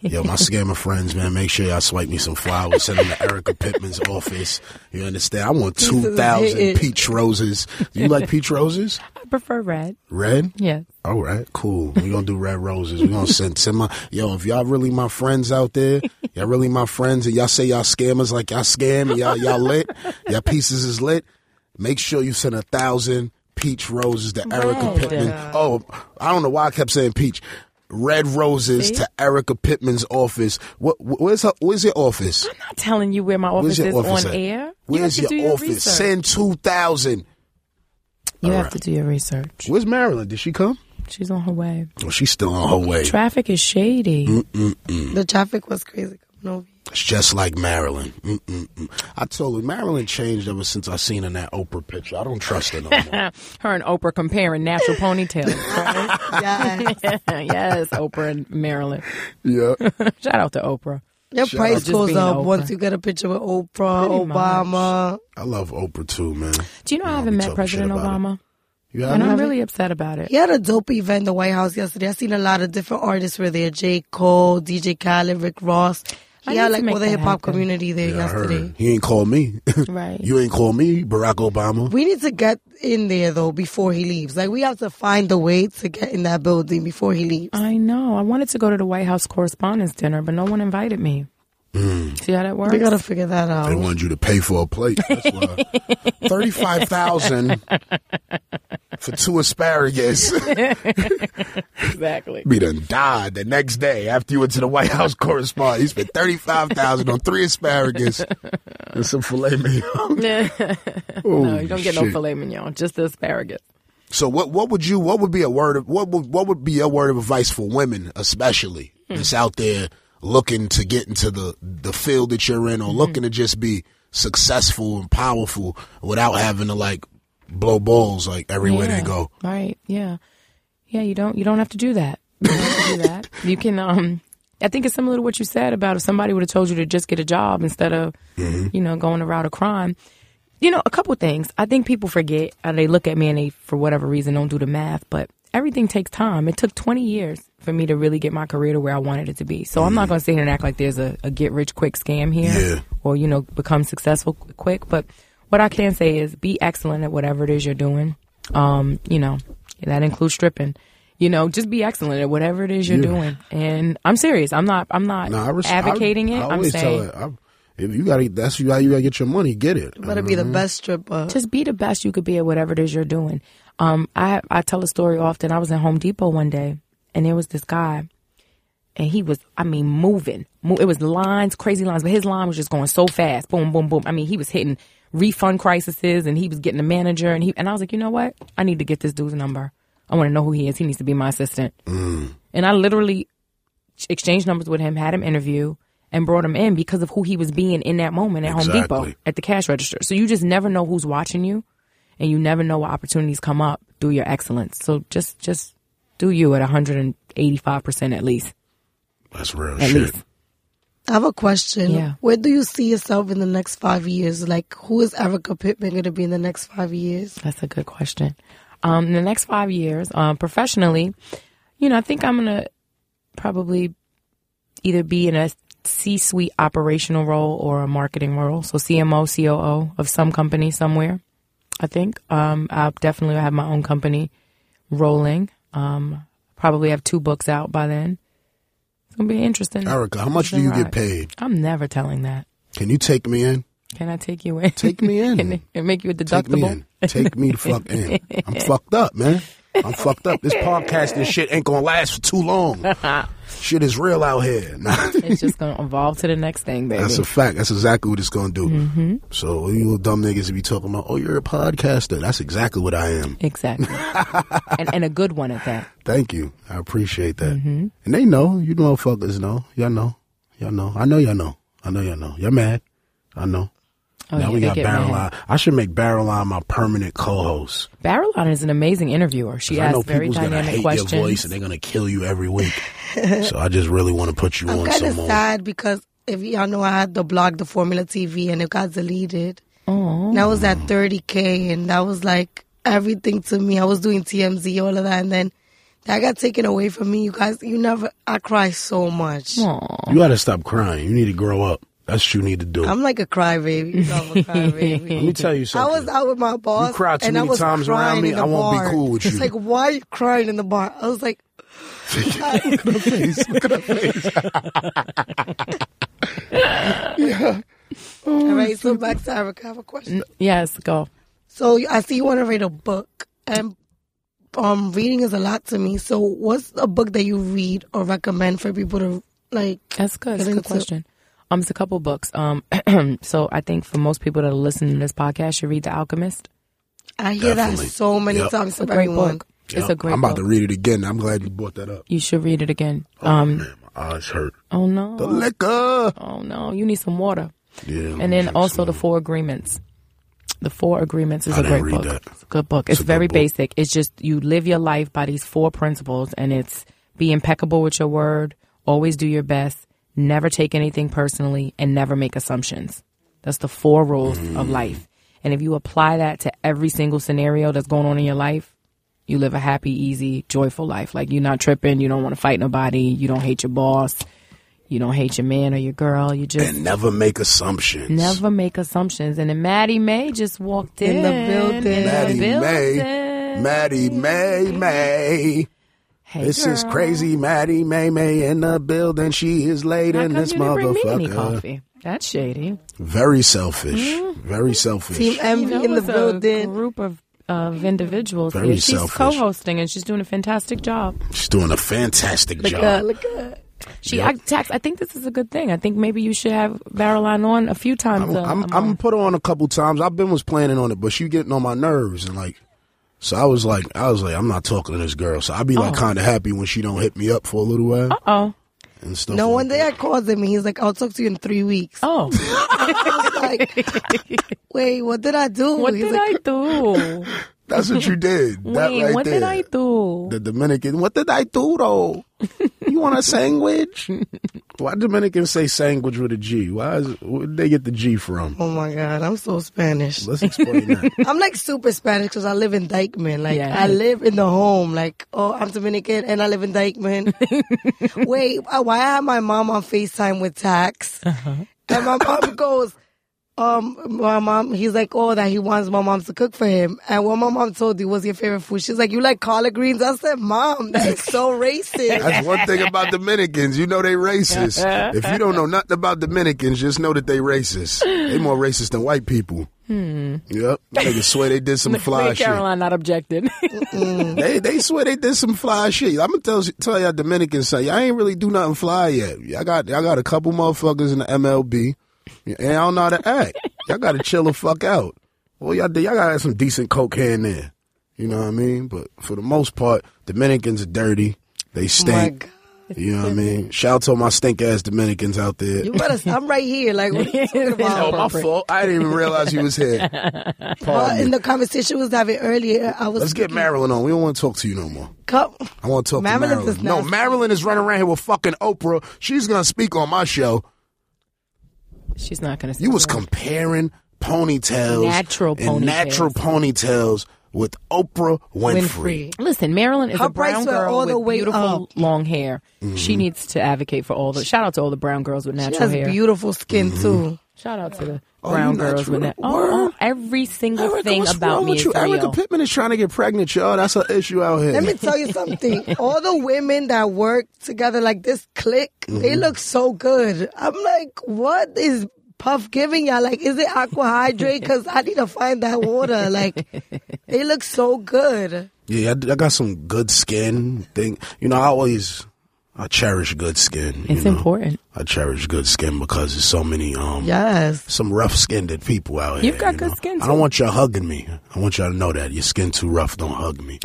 [SPEAKER 1] Yo, my scammer friends, man, make sure y'all swipe me some flowers. Send them to Erica Pittman's office. You understand? I want
[SPEAKER 3] Pieces of
[SPEAKER 1] 2,000
[SPEAKER 3] hate.
[SPEAKER 1] peach roses. Do you like peach roses?
[SPEAKER 2] I prefer red.
[SPEAKER 1] Red?
[SPEAKER 2] Yes.
[SPEAKER 1] All right, cool. We're gonna do red roses. We're gonna send send my yo, if y'all really my friends out there, y'all really my friends, and y'all say y'all scammers like y'all scam, and y'all y'all lit, y'all pieces is lit, make sure you send a thousand peach roses to Erica
[SPEAKER 2] Red.
[SPEAKER 1] Pittman. Oh, I don't know why I kept saying peach. Red roses to Erica Pittman's office. What where's her where's your office?
[SPEAKER 2] I'm not telling you where my
[SPEAKER 1] Where's
[SPEAKER 2] office
[SPEAKER 1] your
[SPEAKER 2] is
[SPEAKER 1] office?
[SPEAKER 2] on
[SPEAKER 1] at?
[SPEAKER 2] air.
[SPEAKER 1] Where's
[SPEAKER 2] you have to do
[SPEAKER 1] your office?
[SPEAKER 2] Research.
[SPEAKER 1] Send two thousand.
[SPEAKER 2] you
[SPEAKER 1] All
[SPEAKER 2] have
[SPEAKER 1] right.
[SPEAKER 2] to do your research.
[SPEAKER 1] Where's Marilyn? Did she come?
[SPEAKER 2] She's on her way.
[SPEAKER 1] Oh, she's still on her way.
[SPEAKER 2] Traffic is shady.
[SPEAKER 1] Mm.
[SPEAKER 3] The traffic was crazy. No,
[SPEAKER 1] It's just like Marilyn. Mm-mm-mm. I told her Marilyn changed ever since I seen her in that Oprah picture. I don't trust her no more.
[SPEAKER 2] Her and Oprah comparing natural ponytails. right?
[SPEAKER 3] yeah,
[SPEAKER 2] yes, Oprah and Marilyn.
[SPEAKER 1] yeah,
[SPEAKER 2] Shout out to Oprah.
[SPEAKER 3] your price
[SPEAKER 2] Just
[SPEAKER 3] goes
[SPEAKER 2] being
[SPEAKER 3] up
[SPEAKER 2] Oprah.
[SPEAKER 3] once you get a picture with Oprah,
[SPEAKER 2] Pretty
[SPEAKER 3] Obama.
[SPEAKER 1] I love Oprah too, man.
[SPEAKER 2] Do you know I haven't
[SPEAKER 1] be
[SPEAKER 2] met
[SPEAKER 1] talking
[SPEAKER 2] President
[SPEAKER 1] shit about it.
[SPEAKER 2] Obama?
[SPEAKER 1] You
[SPEAKER 2] And
[SPEAKER 1] have
[SPEAKER 2] I'm really upset about it.
[SPEAKER 3] He had a dope event in the White House yesterday. I seen a lot of different artists were there: J. Cole, DJ Khaled, Rick Ross.
[SPEAKER 2] I
[SPEAKER 3] yeah,
[SPEAKER 2] need to
[SPEAKER 3] like
[SPEAKER 2] make
[SPEAKER 3] well, the
[SPEAKER 2] that
[SPEAKER 3] hip hop
[SPEAKER 2] happen.
[SPEAKER 3] community there
[SPEAKER 1] Yeah, I heard.
[SPEAKER 3] yesterday.
[SPEAKER 1] He ain't called me.
[SPEAKER 2] Right.
[SPEAKER 1] you ain't called me, Barack Obama.
[SPEAKER 3] We need to get in there though before he leaves. Like we have to find the way to get in that building before he leaves.
[SPEAKER 2] I know. I wanted to go to the White House Correspondents' Dinner, but no one invited me.
[SPEAKER 1] Hmm.
[SPEAKER 2] See how that works?
[SPEAKER 3] We gotta figure that out.
[SPEAKER 1] They wanted you to pay for a plate. That's why. Thirty-five thousand for two asparagus.
[SPEAKER 2] exactly.
[SPEAKER 1] Be done died the next day after you went to the White House correspondent. He spent thirty-five thousand on three asparagus and some filet mignon. Oh,
[SPEAKER 2] no,
[SPEAKER 1] no,
[SPEAKER 2] you don't get no filet mignon, just the asparagus.
[SPEAKER 1] So what what would you what would be a word of what would what would be a word of advice for women especially
[SPEAKER 2] Hmm.
[SPEAKER 1] that's out there looking to get into the the field that you're in or
[SPEAKER 2] Hmm.
[SPEAKER 1] looking to just be successful and powerful without having to like blow balls like everywhere
[SPEAKER 2] yeah.
[SPEAKER 1] they go.
[SPEAKER 2] Right. Yeah. Yeah. You don't. You don't have to do that. You don't have to do that. You can. Um. I think it's similar to what you said about if somebody would have told you to just get a job instead of,
[SPEAKER 1] Mm-hmm.
[SPEAKER 2] you know, going the route of crime. You know, a couple things. I think people forget. Uh, they look at me and they, for whatever reason, don't do the math. But everything takes time. It took 20 years for me to really get my career to where I wanted it to be. So I'm not going to sit here and act like there's a, a get rich quick scam here
[SPEAKER 1] Mm-hmm. Yeah.
[SPEAKER 2] or, you know, become successful qu- quick. But what I can say is be excellent at whatever it is you're doing. Um, you know, that includes stripping. You know, just be excellent at whatever it is you're doing. And I'm serious. I'm not. I'm not
[SPEAKER 1] Nah, I res- I-
[SPEAKER 2] advocating
[SPEAKER 1] I
[SPEAKER 2] it. I'm
[SPEAKER 1] always
[SPEAKER 2] saying
[SPEAKER 1] tell her, I, if you got to that's how you got to get your money, get it.
[SPEAKER 3] better be the best stripper.
[SPEAKER 2] just be the best you could be at whatever it is you're doing. Um, I I tell a story often. I was in Home Depot one day, and there was this guy, and he was, I mean, moving. Mo- It was lines, crazy lines, but his line was just going so fast. Boom, boom, boom. I mean, he was hitting refund crises, and he was getting a manager, and he and I was like, you know what? I need to get this dude's number. I want to know who he is. He needs to be my assistant. And I literally exchanged numbers with him, had him interview, and brought him in because of who he was being in that moment at Home Depot
[SPEAKER 1] Exactly.
[SPEAKER 2] at the cash register. So you just never know who's watching you, and you never know what opportunities come up through your excellence. So just just do you at 185 percent at least.
[SPEAKER 1] That's real
[SPEAKER 2] At
[SPEAKER 1] shit.
[SPEAKER 2] least.
[SPEAKER 3] I have a question.
[SPEAKER 2] Yeah.
[SPEAKER 3] Where do you see yourself in the next five years? Like, who is Erica Pittman going to be in the next five years?
[SPEAKER 2] That's a good question. Um, in the next five years, um, professionally, you know, I think I'm gonna probably either be in a C-suite operational role or a marketing role. So CMO, COO of some company somewhere. I think um, I definitely have my own company rolling. Um, probably have two books out by then. It's gonna be interesting.
[SPEAKER 1] Erica, how much do you get
[SPEAKER 2] Right.
[SPEAKER 1] paid?
[SPEAKER 2] I'm never telling that.
[SPEAKER 1] Can you take me in?
[SPEAKER 2] Can I take you in?
[SPEAKER 1] Take me in.
[SPEAKER 2] and, and make you a
[SPEAKER 1] Take me
[SPEAKER 2] deductible.
[SPEAKER 1] in. Take me the fuck in. I'm fucked up, man. I'm fucked up. This podcasting shit ain't gonna last for too long. shit is real out here. Nah,
[SPEAKER 2] It's just gonna evolve to the next thing, baby.
[SPEAKER 1] that's a fact. That's exactly what it's gonna do.
[SPEAKER 2] Mm-hmm.
[SPEAKER 1] So you little dumb niggas be talking about, oh, you're a podcaster. That's exactly what I am.
[SPEAKER 2] Exactly. and, and a good one at that.
[SPEAKER 1] Thank you. I appreciate that.
[SPEAKER 2] Mm-hmm.
[SPEAKER 1] And they know. You motherfuckers know. Y'all know. Y'all know. I know y'all know. I know y'all know. Y'all mad. I know.
[SPEAKER 2] Oh,
[SPEAKER 1] now
[SPEAKER 2] yeah,
[SPEAKER 1] we
[SPEAKER 2] they
[SPEAKER 1] got
[SPEAKER 2] get
[SPEAKER 1] Barrel
[SPEAKER 2] mad.
[SPEAKER 1] Line. I should make Barrel Line my permanent co-host.
[SPEAKER 2] Barreline is an amazing interviewer. She
[SPEAKER 1] 'Cause I know
[SPEAKER 2] asks very
[SPEAKER 1] people's gonna
[SPEAKER 2] dynamic
[SPEAKER 1] hate
[SPEAKER 2] questions.
[SPEAKER 1] your voice and they're gonna kill you every week. so I just really want to put you
[SPEAKER 3] I'm
[SPEAKER 1] on
[SPEAKER 3] kind
[SPEAKER 1] some
[SPEAKER 3] of
[SPEAKER 1] more.
[SPEAKER 3] sad because if y'all know, I had the blog, The Formula TV, and it got deleted. And I was at 30K, and that was like everything to me. I was doing TMZ, all of that, and then that got taken away from me. You guys, you never, I cry so much.
[SPEAKER 2] Aw.
[SPEAKER 1] You gotta stop crying. You need to grow up. That's what you need to do.
[SPEAKER 3] I'm like a crybaby. You know, I'm a crybaby.
[SPEAKER 1] Let me tell you
[SPEAKER 3] I
[SPEAKER 1] something.
[SPEAKER 3] was out with my boss.
[SPEAKER 1] You cried too
[SPEAKER 3] and
[SPEAKER 1] many
[SPEAKER 3] I was
[SPEAKER 1] times around
[SPEAKER 3] crying
[SPEAKER 1] me,
[SPEAKER 3] in the
[SPEAKER 1] I won't be
[SPEAKER 3] bar.
[SPEAKER 1] cool with you.
[SPEAKER 3] It's like, why are you crying in the bar? I was like,
[SPEAKER 1] Oh,
[SPEAKER 3] all right, so back to Erica. I have a question.
[SPEAKER 2] Yes, go.
[SPEAKER 3] So I see you want to read a book, and um, reading is a lot to me. So what's a book that you read or recommend for people to like?
[SPEAKER 2] That's good. That's a
[SPEAKER 3] Getting
[SPEAKER 2] good
[SPEAKER 3] to-
[SPEAKER 2] question. Um, it's a couple books. Um, so I think for most people that are listening to this podcast, should read The Alchemist.
[SPEAKER 3] I hear
[SPEAKER 1] Definitely.
[SPEAKER 3] that so many
[SPEAKER 1] Yep.
[SPEAKER 3] times
[SPEAKER 2] It's a
[SPEAKER 3] from
[SPEAKER 2] great
[SPEAKER 3] everyone.
[SPEAKER 2] book. It's a great
[SPEAKER 1] I'm about
[SPEAKER 2] book.
[SPEAKER 1] to read it again. I'm glad you brought that up.
[SPEAKER 2] you should read it again. Um,
[SPEAKER 1] Man, my eyes hurt.
[SPEAKER 2] oh no.
[SPEAKER 1] The liquor.
[SPEAKER 2] oh no. You need some water.
[SPEAKER 1] Yeah.
[SPEAKER 2] And then also the Four Agreements. The Four Agreements is
[SPEAKER 1] I
[SPEAKER 2] a
[SPEAKER 1] didn't
[SPEAKER 2] great
[SPEAKER 1] read
[SPEAKER 2] book.
[SPEAKER 1] that.
[SPEAKER 2] It's a good book. It's,
[SPEAKER 1] a good
[SPEAKER 2] very
[SPEAKER 1] book.
[SPEAKER 2] basic. It's just you live your life by these four principles, and it's be impeccable with your word, always do your best, never take anything personally, and never make assumptions. That's the four rules
[SPEAKER 1] Mm-hmm.
[SPEAKER 2] of life. And if you apply that to every single scenario that's going on in your life, you live a happy, easy, joyful life. Like you're not tripping, you don't want to fight nobody, you don't hate your boss, You don't hate your man or your girl. You just
[SPEAKER 1] and never make assumptions.
[SPEAKER 2] never make assumptions. And then Maddie May just walked in,
[SPEAKER 3] In the building.
[SPEAKER 2] in the
[SPEAKER 1] Maddie May.
[SPEAKER 2] building.
[SPEAKER 1] Maddie May May.
[SPEAKER 2] Hey,
[SPEAKER 1] This is
[SPEAKER 2] girl.
[SPEAKER 1] crazy. Maddie May May in the building. She is late
[SPEAKER 2] How
[SPEAKER 1] in
[SPEAKER 2] come
[SPEAKER 1] this
[SPEAKER 2] you didn't bring me any
[SPEAKER 1] motherfucker.
[SPEAKER 2] coffee? That's shady.
[SPEAKER 1] Very selfish.
[SPEAKER 2] Mm.
[SPEAKER 1] Very selfish.
[SPEAKER 3] Team
[SPEAKER 2] You
[SPEAKER 3] Envy
[SPEAKER 2] know,
[SPEAKER 3] in the
[SPEAKER 2] it's a
[SPEAKER 3] building.
[SPEAKER 2] group of of individuals.
[SPEAKER 1] Very
[SPEAKER 2] here. She's
[SPEAKER 1] selfish.
[SPEAKER 2] co-hosting and she's doing a fantastic job.
[SPEAKER 1] She's doing a fantastic
[SPEAKER 2] Look
[SPEAKER 1] job.
[SPEAKER 2] at-
[SPEAKER 3] Look at
[SPEAKER 2] She, I, tax. I think this is a good thing. I think maybe you should have Caroline on a few times.
[SPEAKER 1] I'm,
[SPEAKER 2] a-
[SPEAKER 1] I'm,
[SPEAKER 2] a
[SPEAKER 1] I'm gonna
[SPEAKER 2] month.
[SPEAKER 1] put her on a couple times. I've been was planning on it, but she getting on my nerves and like, so I was like, I was like, I'm not talking to this girl. So I'd be like, kind of happy when she don't hit me up for a little while
[SPEAKER 2] oh,
[SPEAKER 1] and stuff.
[SPEAKER 3] No,
[SPEAKER 1] like
[SPEAKER 3] one day I called him and he's like, I'll talk to you in three weeks.
[SPEAKER 2] oh,
[SPEAKER 3] I was like, wait, what did I do?
[SPEAKER 2] what
[SPEAKER 3] he's
[SPEAKER 2] did
[SPEAKER 3] like,
[SPEAKER 2] I do?
[SPEAKER 1] That's what you did. that
[SPEAKER 2] Wayne,
[SPEAKER 1] right
[SPEAKER 2] what
[SPEAKER 1] there.
[SPEAKER 2] did I do?
[SPEAKER 1] The Dominican. What did I do though? you want a sandwich? Why Dominicans say sandwich with a G? Why is where did they get the G from?
[SPEAKER 3] Oh my God, I'm so Spanish.
[SPEAKER 1] Let's explain that.
[SPEAKER 3] I'm like super Spanish because I live in Dykeman. Like
[SPEAKER 2] Yeah.
[SPEAKER 3] I live in the home. Like oh, I'm Dominican and I live in Dykeman. Wait, uh, why I had my mom on Facetime with Tax, and my mom goes, um, my mom. He's like, oh, that he wants my mom to cook for him. And what my mom told you was your favorite food. She's like, you like collard greens. I said, mom, that is so racist.
[SPEAKER 1] That's one thing about Dominicans. You know they racist. If you don't know nothing about Dominicans, just know that they racist. They more racist than white people. Yep. Niggas swear they did some fly
[SPEAKER 2] Wayne
[SPEAKER 1] shit.
[SPEAKER 2] Caroline not objected.
[SPEAKER 1] They they swear they did some fly shit. I'm gonna tell tell y'all Dominicans say I ain't really do nothing fly yet. I got I got a couple motherfuckers in the MLB, and I don't know how to act. Y'all gotta chill the fuck out. Well, y'all y'all gotta have some decent coke here and there. You know what I mean? But for the most part, Dominicans are dirty. They
[SPEAKER 3] Oh my
[SPEAKER 1] stink.
[SPEAKER 3] God.
[SPEAKER 1] You know what I mean? Shout out to all my stink ass Dominicans out there.
[SPEAKER 3] You better. I'm right here. Like, what are you talking about?
[SPEAKER 1] Oh, my fault. I didn't even realize you was here. Pardon
[SPEAKER 3] Well, Uh, in
[SPEAKER 1] me.
[SPEAKER 3] the conversation we was having earlier, I was
[SPEAKER 1] Let's get Marilyn on. We don't want to talk to you no more.
[SPEAKER 3] Come,
[SPEAKER 1] I want to talk
[SPEAKER 3] Marilyn
[SPEAKER 1] to Marilyn.
[SPEAKER 3] does
[SPEAKER 1] No,
[SPEAKER 3] not-
[SPEAKER 1] Marilyn is running around here with fucking Oprah. She's gonna speak on my show.
[SPEAKER 2] She's not gonna.
[SPEAKER 1] You was
[SPEAKER 2] coming.
[SPEAKER 1] comparing ponytails,
[SPEAKER 2] Natural
[SPEAKER 1] and
[SPEAKER 2] ponytails.
[SPEAKER 1] natural ponytails with Oprah Winfrey.
[SPEAKER 3] Winfrey.
[SPEAKER 2] Listen, Marilyn is
[SPEAKER 3] Her
[SPEAKER 2] a brown
[SPEAKER 3] price went
[SPEAKER 2] girl
[SPEAKER 3] all
[SPEAKER 2] with
[SPEAKER 3] the way
[SPEAKER 2] beautiful
[SPEAKER 3] up.
[SPEAKER 2] long hair.
[SPEAKER 1] Mm-hmm.
[SPEAKER 2] She needs to advocate for all the. Shout out to all the brown girls with
[SPEAKER 3] She
[SPEAKER 2] natural
[SPEAKER 3] has Mm-hmm.
[SPEAKER 2] hair.
[SPEAKER 3] beautiful skin too.
[SPEAKER 2] Shout out to the
[SPEAKER 1] Oh,
[SPEAKER 2] brown
[SPEAKER 1] you
[SPEAKER 2] girls
[SPEAKER 1] natural.
[SPEAKER 2] with that.
[SPEAKER 1] Word.
[SPEAKER 2] Oh, oh, every single
[SPEAKER 1] Erica,
[SPEAKER 2] thing
[SPEAKER 1] what's
[SPEAKER 2] about
[SPEAKER 1] wrong
[SPEAKER 2] me
[SPEAKER 1] with
[SPEAKER 2] is
[SPEAKER 1] you? Erica
[SPEAKER 2] real.
[SPEAKER 1] Pittman is trying to get pregnant, y'all. That's an issue out here.
[SPEAKER 3] Let me tell you something. All the women that work together like this clique, they look so good. I'm like, what is Puff giving y'all? Like, is it aqua hydrate? Because I need to find that water. Like, they look so good.
[SPEAKER 1] yeah, I, I got some good skin thing. You know, I always I cherish good skin. you
[SPEAKER 2] it's
[SPEAKER 1] know?
[SPEAKER 2] important.
[SPEAKER 1] I cherish good skin because there's so many um
[SPEAKER 3] Yes.
[SPEAKER 1] some rough skinned people out here.
[SPEAKER 2] You've got
[SPEAKER 1] you
[SPEAKER 2] good
[SPEAKER 1] know?
[SPEAKER 2] skin,
[SPEAKER 1] I don't
[SPEAKER 2] too.
[SPEAKER 1] want y'all hugging me. I want y'all to know that your skin too rough. Don't hug me.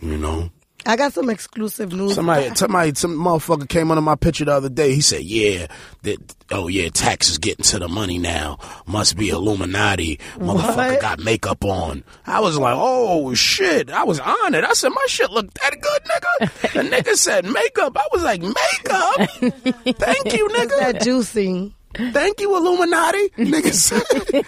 [SPEAKER 1] you know.
[SPEAKER 3] I got some exclusive news.
[SPEAKER 1] Somebody, somebody, some motherfucker came under my picture the other day. He said, "Yeah, that, oh yeah, tax is getting to the money now. Must be Illuminati. Motherfucker
[SPEAKER 3] What?
[SPEAKER 1] got makeup on." I was like, "Oh shit!" I was on it. I said, "My shit look that good, nigga." The nigga said, "Makeup." I was like, "Makeup." Thank you, nigga.
[SPEAKER 3] that juicing.
[SPEAKER 1] Thank you, Illuminati. Niggas.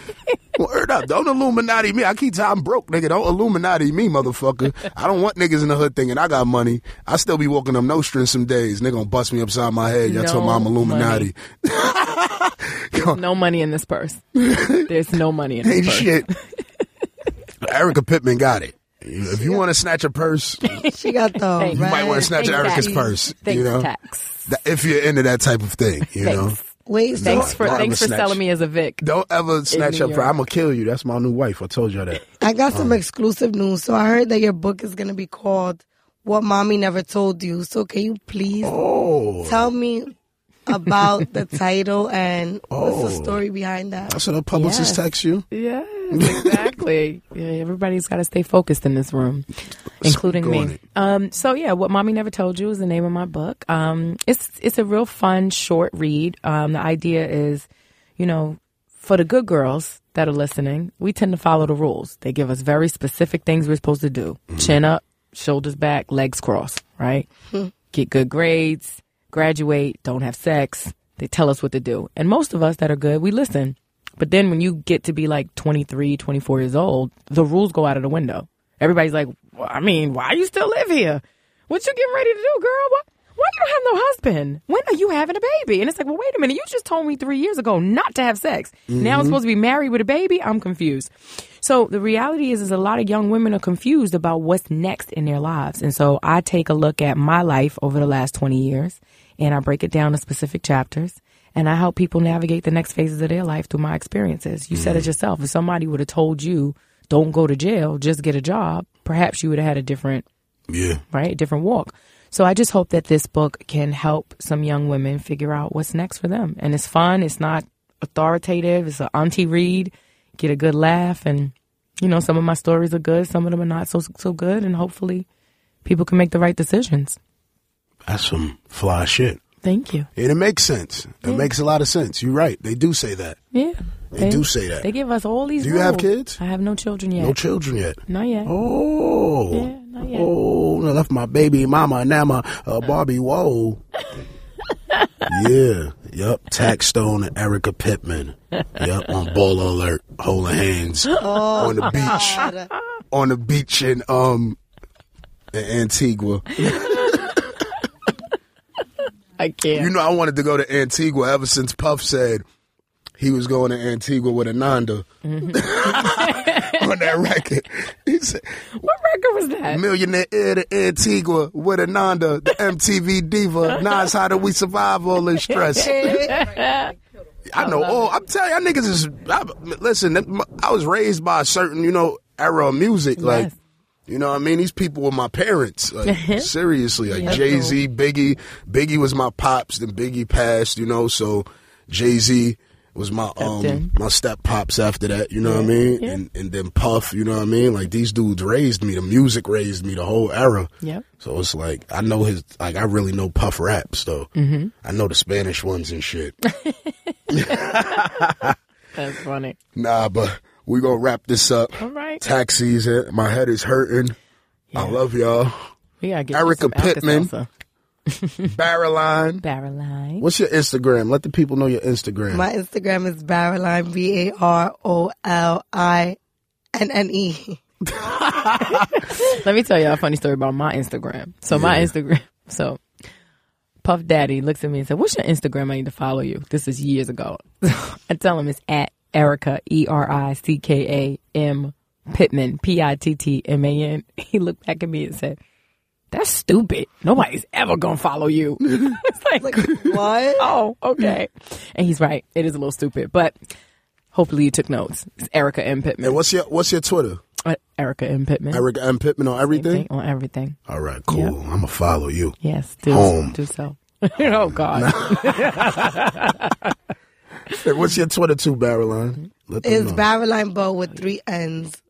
[SPEAKER 1] Word up. Don't Illuminati me. I keep telling I'm broke, nigga. Don't Illuminati me, motherfucker. I don't want niggas in the hood thinking I got money. I still be walking them nostrums some days. Nigga gonna bust me upside my head. Y'all
[SPEAKER 2] No
[SPEAKER 1] tell me I'm Illuminati.
[SPEAKER 2] money. No money in this purse. There's no money in
[SPEAKER 1] Ain't
[SPEAKER 2] this purse.
[SPEAKER 1] shit. Erica Pittman got it. If you want to snatch a purse, you
[SPEAKER 3] She got the.
[SPEAKER 2] Thanks. You
[SPEAKER 1] might want to
[SPEAKER 3] red-
[SPEAKER 1] snatch Erica's
[SPEAKER 2] Exactly.
[SPEAKER 1] purse.
[SPEAKER 2] Thanks,
[SPEAKER 1] you know,
[SPEAKER 2] tax.
[SPEAKER 1] That- if you're into that type of thing, you know.
[SPEAKER 2] Thanks.
[SPEAKER 3] Wait, so
[SPEAKER 2] Thanks for
[SPEAKER 1] Don't
[SPEAKER 2] thanks for
[SPEAKER 1] ever snatch.
[SPEAKER 2] selling me as a Vic.
[SPEAKER 1] Don't ever snatch
[SPEAKER 2] New
[SPEAKER 1] up. for
[SPEAKER 2] York.
[SPEAKER 1] I'm gonna kill you. That's my new wife. I told y'all that.
[SPEAKER 3] I got some exclusive news. So I heard that your book is going to be called What Mommy Never Told You. So can you please
[SPEAKER 1] Oh,
[SPEAKER 3] tell me about the title and what's
[SPEAKER 1] Oh.
[SPEAKER 3] the story behind that?
[SPEAKER 1] that's what a publicist
[SPEAKER 2] Yes.
[SPEAKER 1] text you.
[SPEAKER 2] Yes, exactly. yeah, everybody's got to stay focused in this room, including
[SPEAKER 1] on
[SPEAKER 2] me.
[SPEAKER 1] it.
[SPEAKER 2] Um, so yeah, what mommy never told you is the name of my book. Um, it's it's a real fun short read. Um, the idea is, you know, for the good girls that are listening, we tend to follow the rules. They give us very specific things we're supposed to do: chin up, shoulders back, legs crossed. Right? Get good grades, graduate, don't have sex. They tell us what to do, and most of us that are good, we listen. But then when you get to be like 23, 24 years old, the rules go out of the window. Everybody's like, well, I mean, why you still live here? What you getting ready to do, girl? What, why you don't have no husband? When are you having a baby? And it's like, well, wait a minute. You just told me three years ago not to have sex. Now I'm supposed to be married with a baby. I'm confused. So the reality is, is a lot of young women are confused about what's next in their lives. And so I take a look at my life over the last 20 years and I break it down to specific chapters and I help people navigate the next phases of their life through my experiences. You said it yourself. If somebody would have told you, don't go to jail, just get a job, perhaps you would have had a different
[SPEAKER 1] Yeah.
[SPEAKER 2] right? Different walk. So I just hope that this book can help some young women figure out what's next for them. And it's fun. It's not authoritative. It's an auntie read. Get a good laugh, and you know some of my stories are good. Some of them are not so so good. And hopefully, people can make the right decisions.
[SPEAKER 1] That's some fly shit.
[SPEAKER 2] Thank you.
[SPEAKER 1] And it makes sense. It makes a lot of sense. You're right. They do say that.
[SPEAKER 2] Yeah,
[SPEAKER 1] They do say that.
[SPEAKER 2] They give us all these.
[SPEAKER 1] Do you have
[SPEAKER 2] rules.
[SPEAKER 1] kids?
[SPEAKER 2] I have no children yet.
[SPEAKER 1] No children yet.
[SPEAKER 2] Not yet.
[SPEAKER 1] Oh.
[SPEAKER 2] Yeah, not yet.
[SPEAKER 1] Oh, I left my baby mama, Nama, uh, Barbie. Whoa. yeah. Yep. Tax Stone and Erica Pittman. Yep. On baller alert, holding hands on the beach,
[SPEAKER 3] God.
[SPEAKER 1] on the beach in um in Antigua.
[SPEAKER 2] I can't.
[SPEAKER 1] You know, I wanted to go to Antigua ever since Puff said he was going to Antigua with Ananda on that record. He said,
[SPEAKER 2] what record was that?
[SPEAKER 1] Millionaire heir to Antigua with Ananda, the MTV diva. Nas, how do we survive all this stress? I know all. I'm telling you, niggas is. I, listen, that- my- I was raised by a certain, you know, era of music. Like,
[SPEAKER 2] Yes.
[SPEAKER 1] you know what I mean? These people were my parents. Like, seriously. Like, Jay Z, Biggie. Biggie was my pops, then Biggie passed, you know, so Jay Z was my um
[SPEAKER 2] in.
[SPEAKER 1] my step pops after that, you know what I mean? And and then Puff, you know what I mean? Like these dudes raised me, the music raised me, the whole era.
[SPEAKER 2] Yep.
[SPEAKER 1] So it's like I know his like I really know Puff raps though. Mm-hmm. I know the Spanish ones and shit.
[SPEAKER 2] That's funny.
[SPEAKER 1] Nah, but we gonna wrap this up.
[SPEAKER 2] All right.
[SPEAKER 1] Taxis, eh, my head is hurting. I love y'all.
[SPEAKER 2] We gotta get
[SPEAKER 1] Erica
[SPEAKER 2] you some
[SPEAKER 1] Pittman.
[SPEAKER 2] Alka-Seltzer.
[SPEAKER 1] Barreline.
[SPEAKER 2] Barreline.
[SPEAKER 1] What's your Instagram? Let the people know your Instagram.
[SPEAKER 3] My Instagram is Baroline, B A R O L I N N E.
[SPEAKER 2] Let me tell y'all a funny story about my Instagram. So my Instagram, so Puff Daddy looks at me and said, "What's your Instagram? I need to follow you." This is years ago. I tell him it's at Erica E R I C K A M Pittman P I T T M A N. He looked back at me and said, "That's stupid. Nobody's ever gonna follow you." it's like,
[SPEAKER 3] What?
[SPEAKER 2] oh, okay. And he's right. It is a little stupid, but hopefully you took notes. It's Erica M
[SPEAKER 1] and
[SPEAKER 2] Pittman.
[SPEAKER 1] what's your what's your Twitter?
[SPEAKER 2] Uh, Erica M Pittman.
[SPEAKER 1] Eric M. Pittman on everything?
[SPEAKER 2] Thing on everything.
[SPEAKER 1] All right, cool. I'm gonna follow you.
[SPEAKER 2] Yes, do
[SPEAKER 1] Home.
[SPEAKER 2] do so. oh God,
[SPEAKER 1] Hey, What's your Twitter too, Barreline? Let them
[SPEAKER 3] It's
[SPEAKER 1] know.
[SPEAKER 3] Baroline Bow with three N's.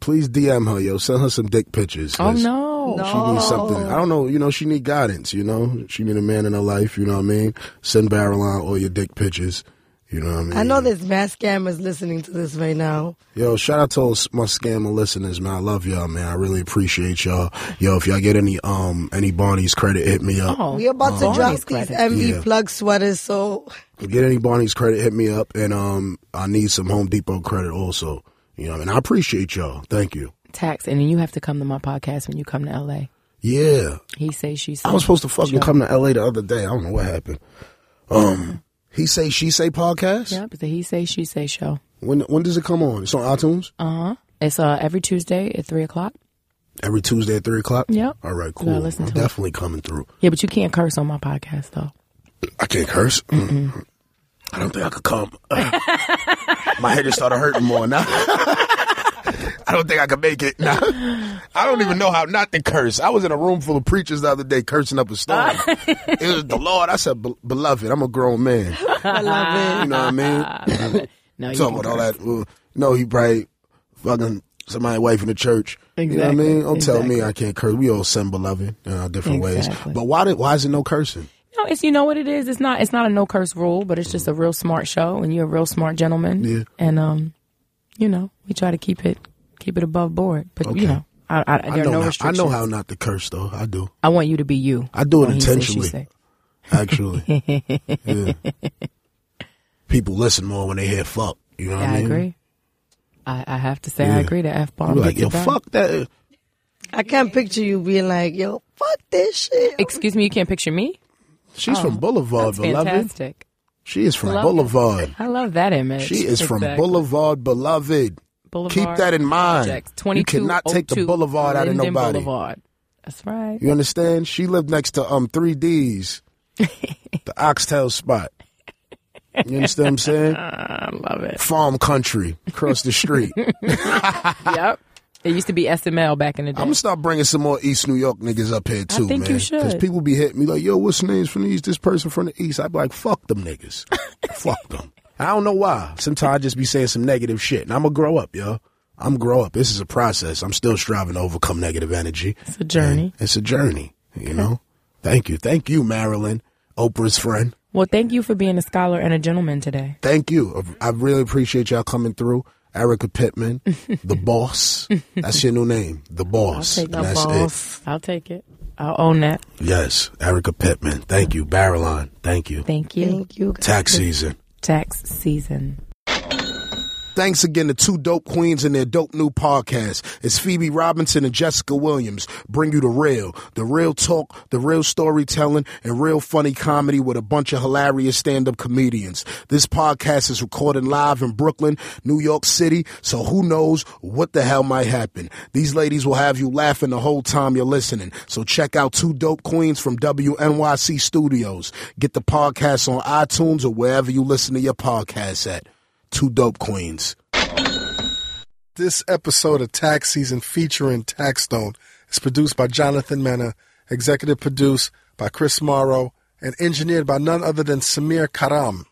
[SPEAKER 1] Please DM her, yo. Send her some dick pictures.
[SPEAKER 2] oh
[SPEAKER 1] 'cause
[SPEAKER 2] no,
[SPEAKER 1] She needs something. I don't know. You know, she need guidance. You know, she need a man in her life. You know what I mean? Send Barreline all your dick pictures. You know what I mean?
[SPEAKER 3] I know there's mass scammers listening to this right now.
[SPEAKER 1] Yo, shout out to all s- my scammer listeners, man. I love y'all, man. I really appreciate y'all. Yo, if y'all get any um any Barney's credit, hit me up.
[SPEAKER 2] Oh,
[SPEAKER 3] We about to drop
[SPEAKER 2] Barney's
[SPEAKER 3] these
[SPEAKER 2] credit.
[SPEAKER 3] MV
[SPEAKER 1] Yeah.
[SPEAKER 3] plug sweaters, so
[SPEAKER 1] Get any Barney's credit, hit me up, and um I need some Home Depot credit also. You know, what I mean? I appreciate y'all. Thank you.
[SPEAKER 2] tax, and then you have to come to my podcast when you come to LA.
[SPEAKER 1] Yeah,
[SPEAKER 2] He says she says.
[SPEAKER 1] I was supposed to fucking come to LA the other day. I don't know what happened. Um, he say she say podcast.
[SPEAKER 2] Yep, it's a he say she say show.
[SPEAKER 1] When when does it come on? It's on iTunes
[SPEAKER 2] Uh huh. It's uh every Tuesday at three o'clock.
[SPEAKER 1] every Tuesday at three o'clock.
[SPEAKER 2] Yep.
[SPEAKER 1] All right,
[SPEAKER 2] Yeah, I
[SPEAKER 1] cool.
[SPEAKER 2] listen
[SPEAKER 1] I'm
[SPEAKER 2] to it.
[SPEAKER 1] definitely coming through.
[SPEAKER 2] Yeah, but you can't curse on my podcast though.
[SPEAKER 1] I can't curse. Mm. I don't think I could come. Uh, My head just started hurting more now. I don't think I could make it. Nah. I don't even know how not to curse. I was in a room full of preachers the other day cursing up a storm. it was the Lord. I said, "Be- "Beloved, I'm a grown man."
[SPEAKER 3] I love
[SPEAKER 1] You
[SPEAKER 3] it.
[SPEAKER 1] know what I mean?
[SPEAKER 2] No, you
[SPEAKER 1] Talking about
[SPEAKER 2] can
[SPEAKER 1] all
[SPEAKER 2] curse.
[SPEAKER 1] that. uh, no, he probably fucking somebody wife in the church. You know what I
[SPEAKER 2] Exactly,
[SPEAKER 1] mean? Don't tell me
[SPEAKER 2] exactly.
[SPEAKER 1] I can't curse. We all sin, beloved, in our different
[SPEAKER 2] Exactly.
[SPEAKER 1] ways. But why did why is it no cursing?
[SPEAKER 2] No, it's you know what it is. It's not it's not a no curse rule, but it's just a real smart show, and you're a real smart gentleman.
[SPEAKER 1] Yeah.
[SPEAKER 2] And um, you know, we try to keep it keep it above board, but you know, I, I, there
[SPEAKER 1] I know,
[SPEAKER 2] are no
[SPEAKER 1] how, I
[SPEAKER 2] restrictions.
[SPEAKER 1] know how not to curse though. I do.
[SPEAKER 2] I want you to be you.
[SPEAKER 1] I do it
[SPEAKER 2] When he say, she
[SPEAKER 1] intentionally.
[SPEAKER 2] say.
[SPEAKER 1] Actually, yeah. People listen more when they hear "fuck." You know what
[SPEAKER 2] Yeah,
[SPEAKER 1] I
[SPEAKER 2] I
[SPEAKER 1] mean?
[SPEAKER 2] agree. I, I have to say I
[SPEAKER 1] Yeah.
[SPEAKER 2] agree. The f
[SPEAKER 1] You
[SPEAKER 2] bomb
[SPEAKER 1] be like yo, fuck that.
[SPEAKER 3] I can't picture you being like, yo, fuck this shit.
[SPEAKER 2] Excuse me, you can't picture me?
[SPEAKER 1] She's from Boulevard,
[SPEAKER 2] Oh, That's
[SPEAKER 1] Oh, beloved.
[SPEAKER 2] fantastic.
[SPEAKER 1] She is from
[SPEAKER 2] Beloved.
[SPEAKER 1] Boulevard.
[SPEAKER 2] I love that image.
[SPEAKER 1] She is from
[SPEAKER 2] Exactly.
[SPEAKER 1] Boulevard, beloved.
[SPEAKER 2] Boulevard
[SPEAKER 1] Keep that in mind.
[SPEAKER 2] Projects,
[SPEAKER 1] You
[SPEAKER 2] 2202
[SPEAKER 1] cannot take the boulevard out of
[SPEAKER 2] Linden
[SPEAKER 1] nobody.
[SPEAKER 2] Boulevard. That's right.
[SPEAKER 1] You understand? She lived next to um three D's, the Oxtail spot. You understand what I'm saying?
[SPEAKER 2] I love it.
[SPEAKER 1] Farm country across the street.
[SPEAKER 2] yep. It used to be SML back in the day.
[SPEAKER 1] I'm gonna start bringing some more East New York niggas up here too,
[SPEAKER 2] think
[SPEAKER 1] man.
[SPEAKER 2] you should.
[SPEAKER 1] people be hitting me like, "Yo, what's names from the East? This person from the East." I'd be like, "Fuck them niggas, fuck them." I don't know why. Sometimes I just be saying some negative shit, and I'm gonna grow up, yo. I'm grow up. This is a process. I'm still striving to overcome negative energy.
[SPEAKER 2] it's a journey.
[SPEAKER 1] It's a journey, you know. Thank you, thank you, Marilyn, Oprah's friend.
[SPEAKER 2] Well, thank you for being a scholar and a gentleman today.
[SPEAKER 1] Thank you. I really appreciate y'all coming through. Erica Pittman, the boss. That's your new name, the boss.
[SPEAKER 2] Take the
[SPEAKER 1] That's it.
[SPEAKER 2] boss. I'll take it. I'll own that.
[SPEAKER 1] Yes, Erica Pittman. Thank you, Barreline. Thank you.
[SPEAKER 2] Thank you.
[SPEAKER 3] Thank you. guys.
[SPEAKER 1] Tax season.
[SPEAKER 2] Tax season.
[SPEAKER 1] Thanks again to two dope queens and their dope new podcast. It's Phoebe Robinson and Jessica Williams. Bring you the real, the real talk, the real storytelling, and real funny comedy with a bunch of hilarious stand up comedians. This podcast is recorded live in Brooklyn, New York City, so who knows what the hell might happen. These ladies will have you laughing the whole time you're listening. So check out two dope queens from WNYC Studios. Get the podcast on iTunes or wherever you listen to your podcasts at two dope queens.
[SPEAKER 4] This episode of Tax Season featuring Tax Stone is produced by Jonathan Mena, executive produced by Chris Morrow, and engineered by none other than Samir Karam.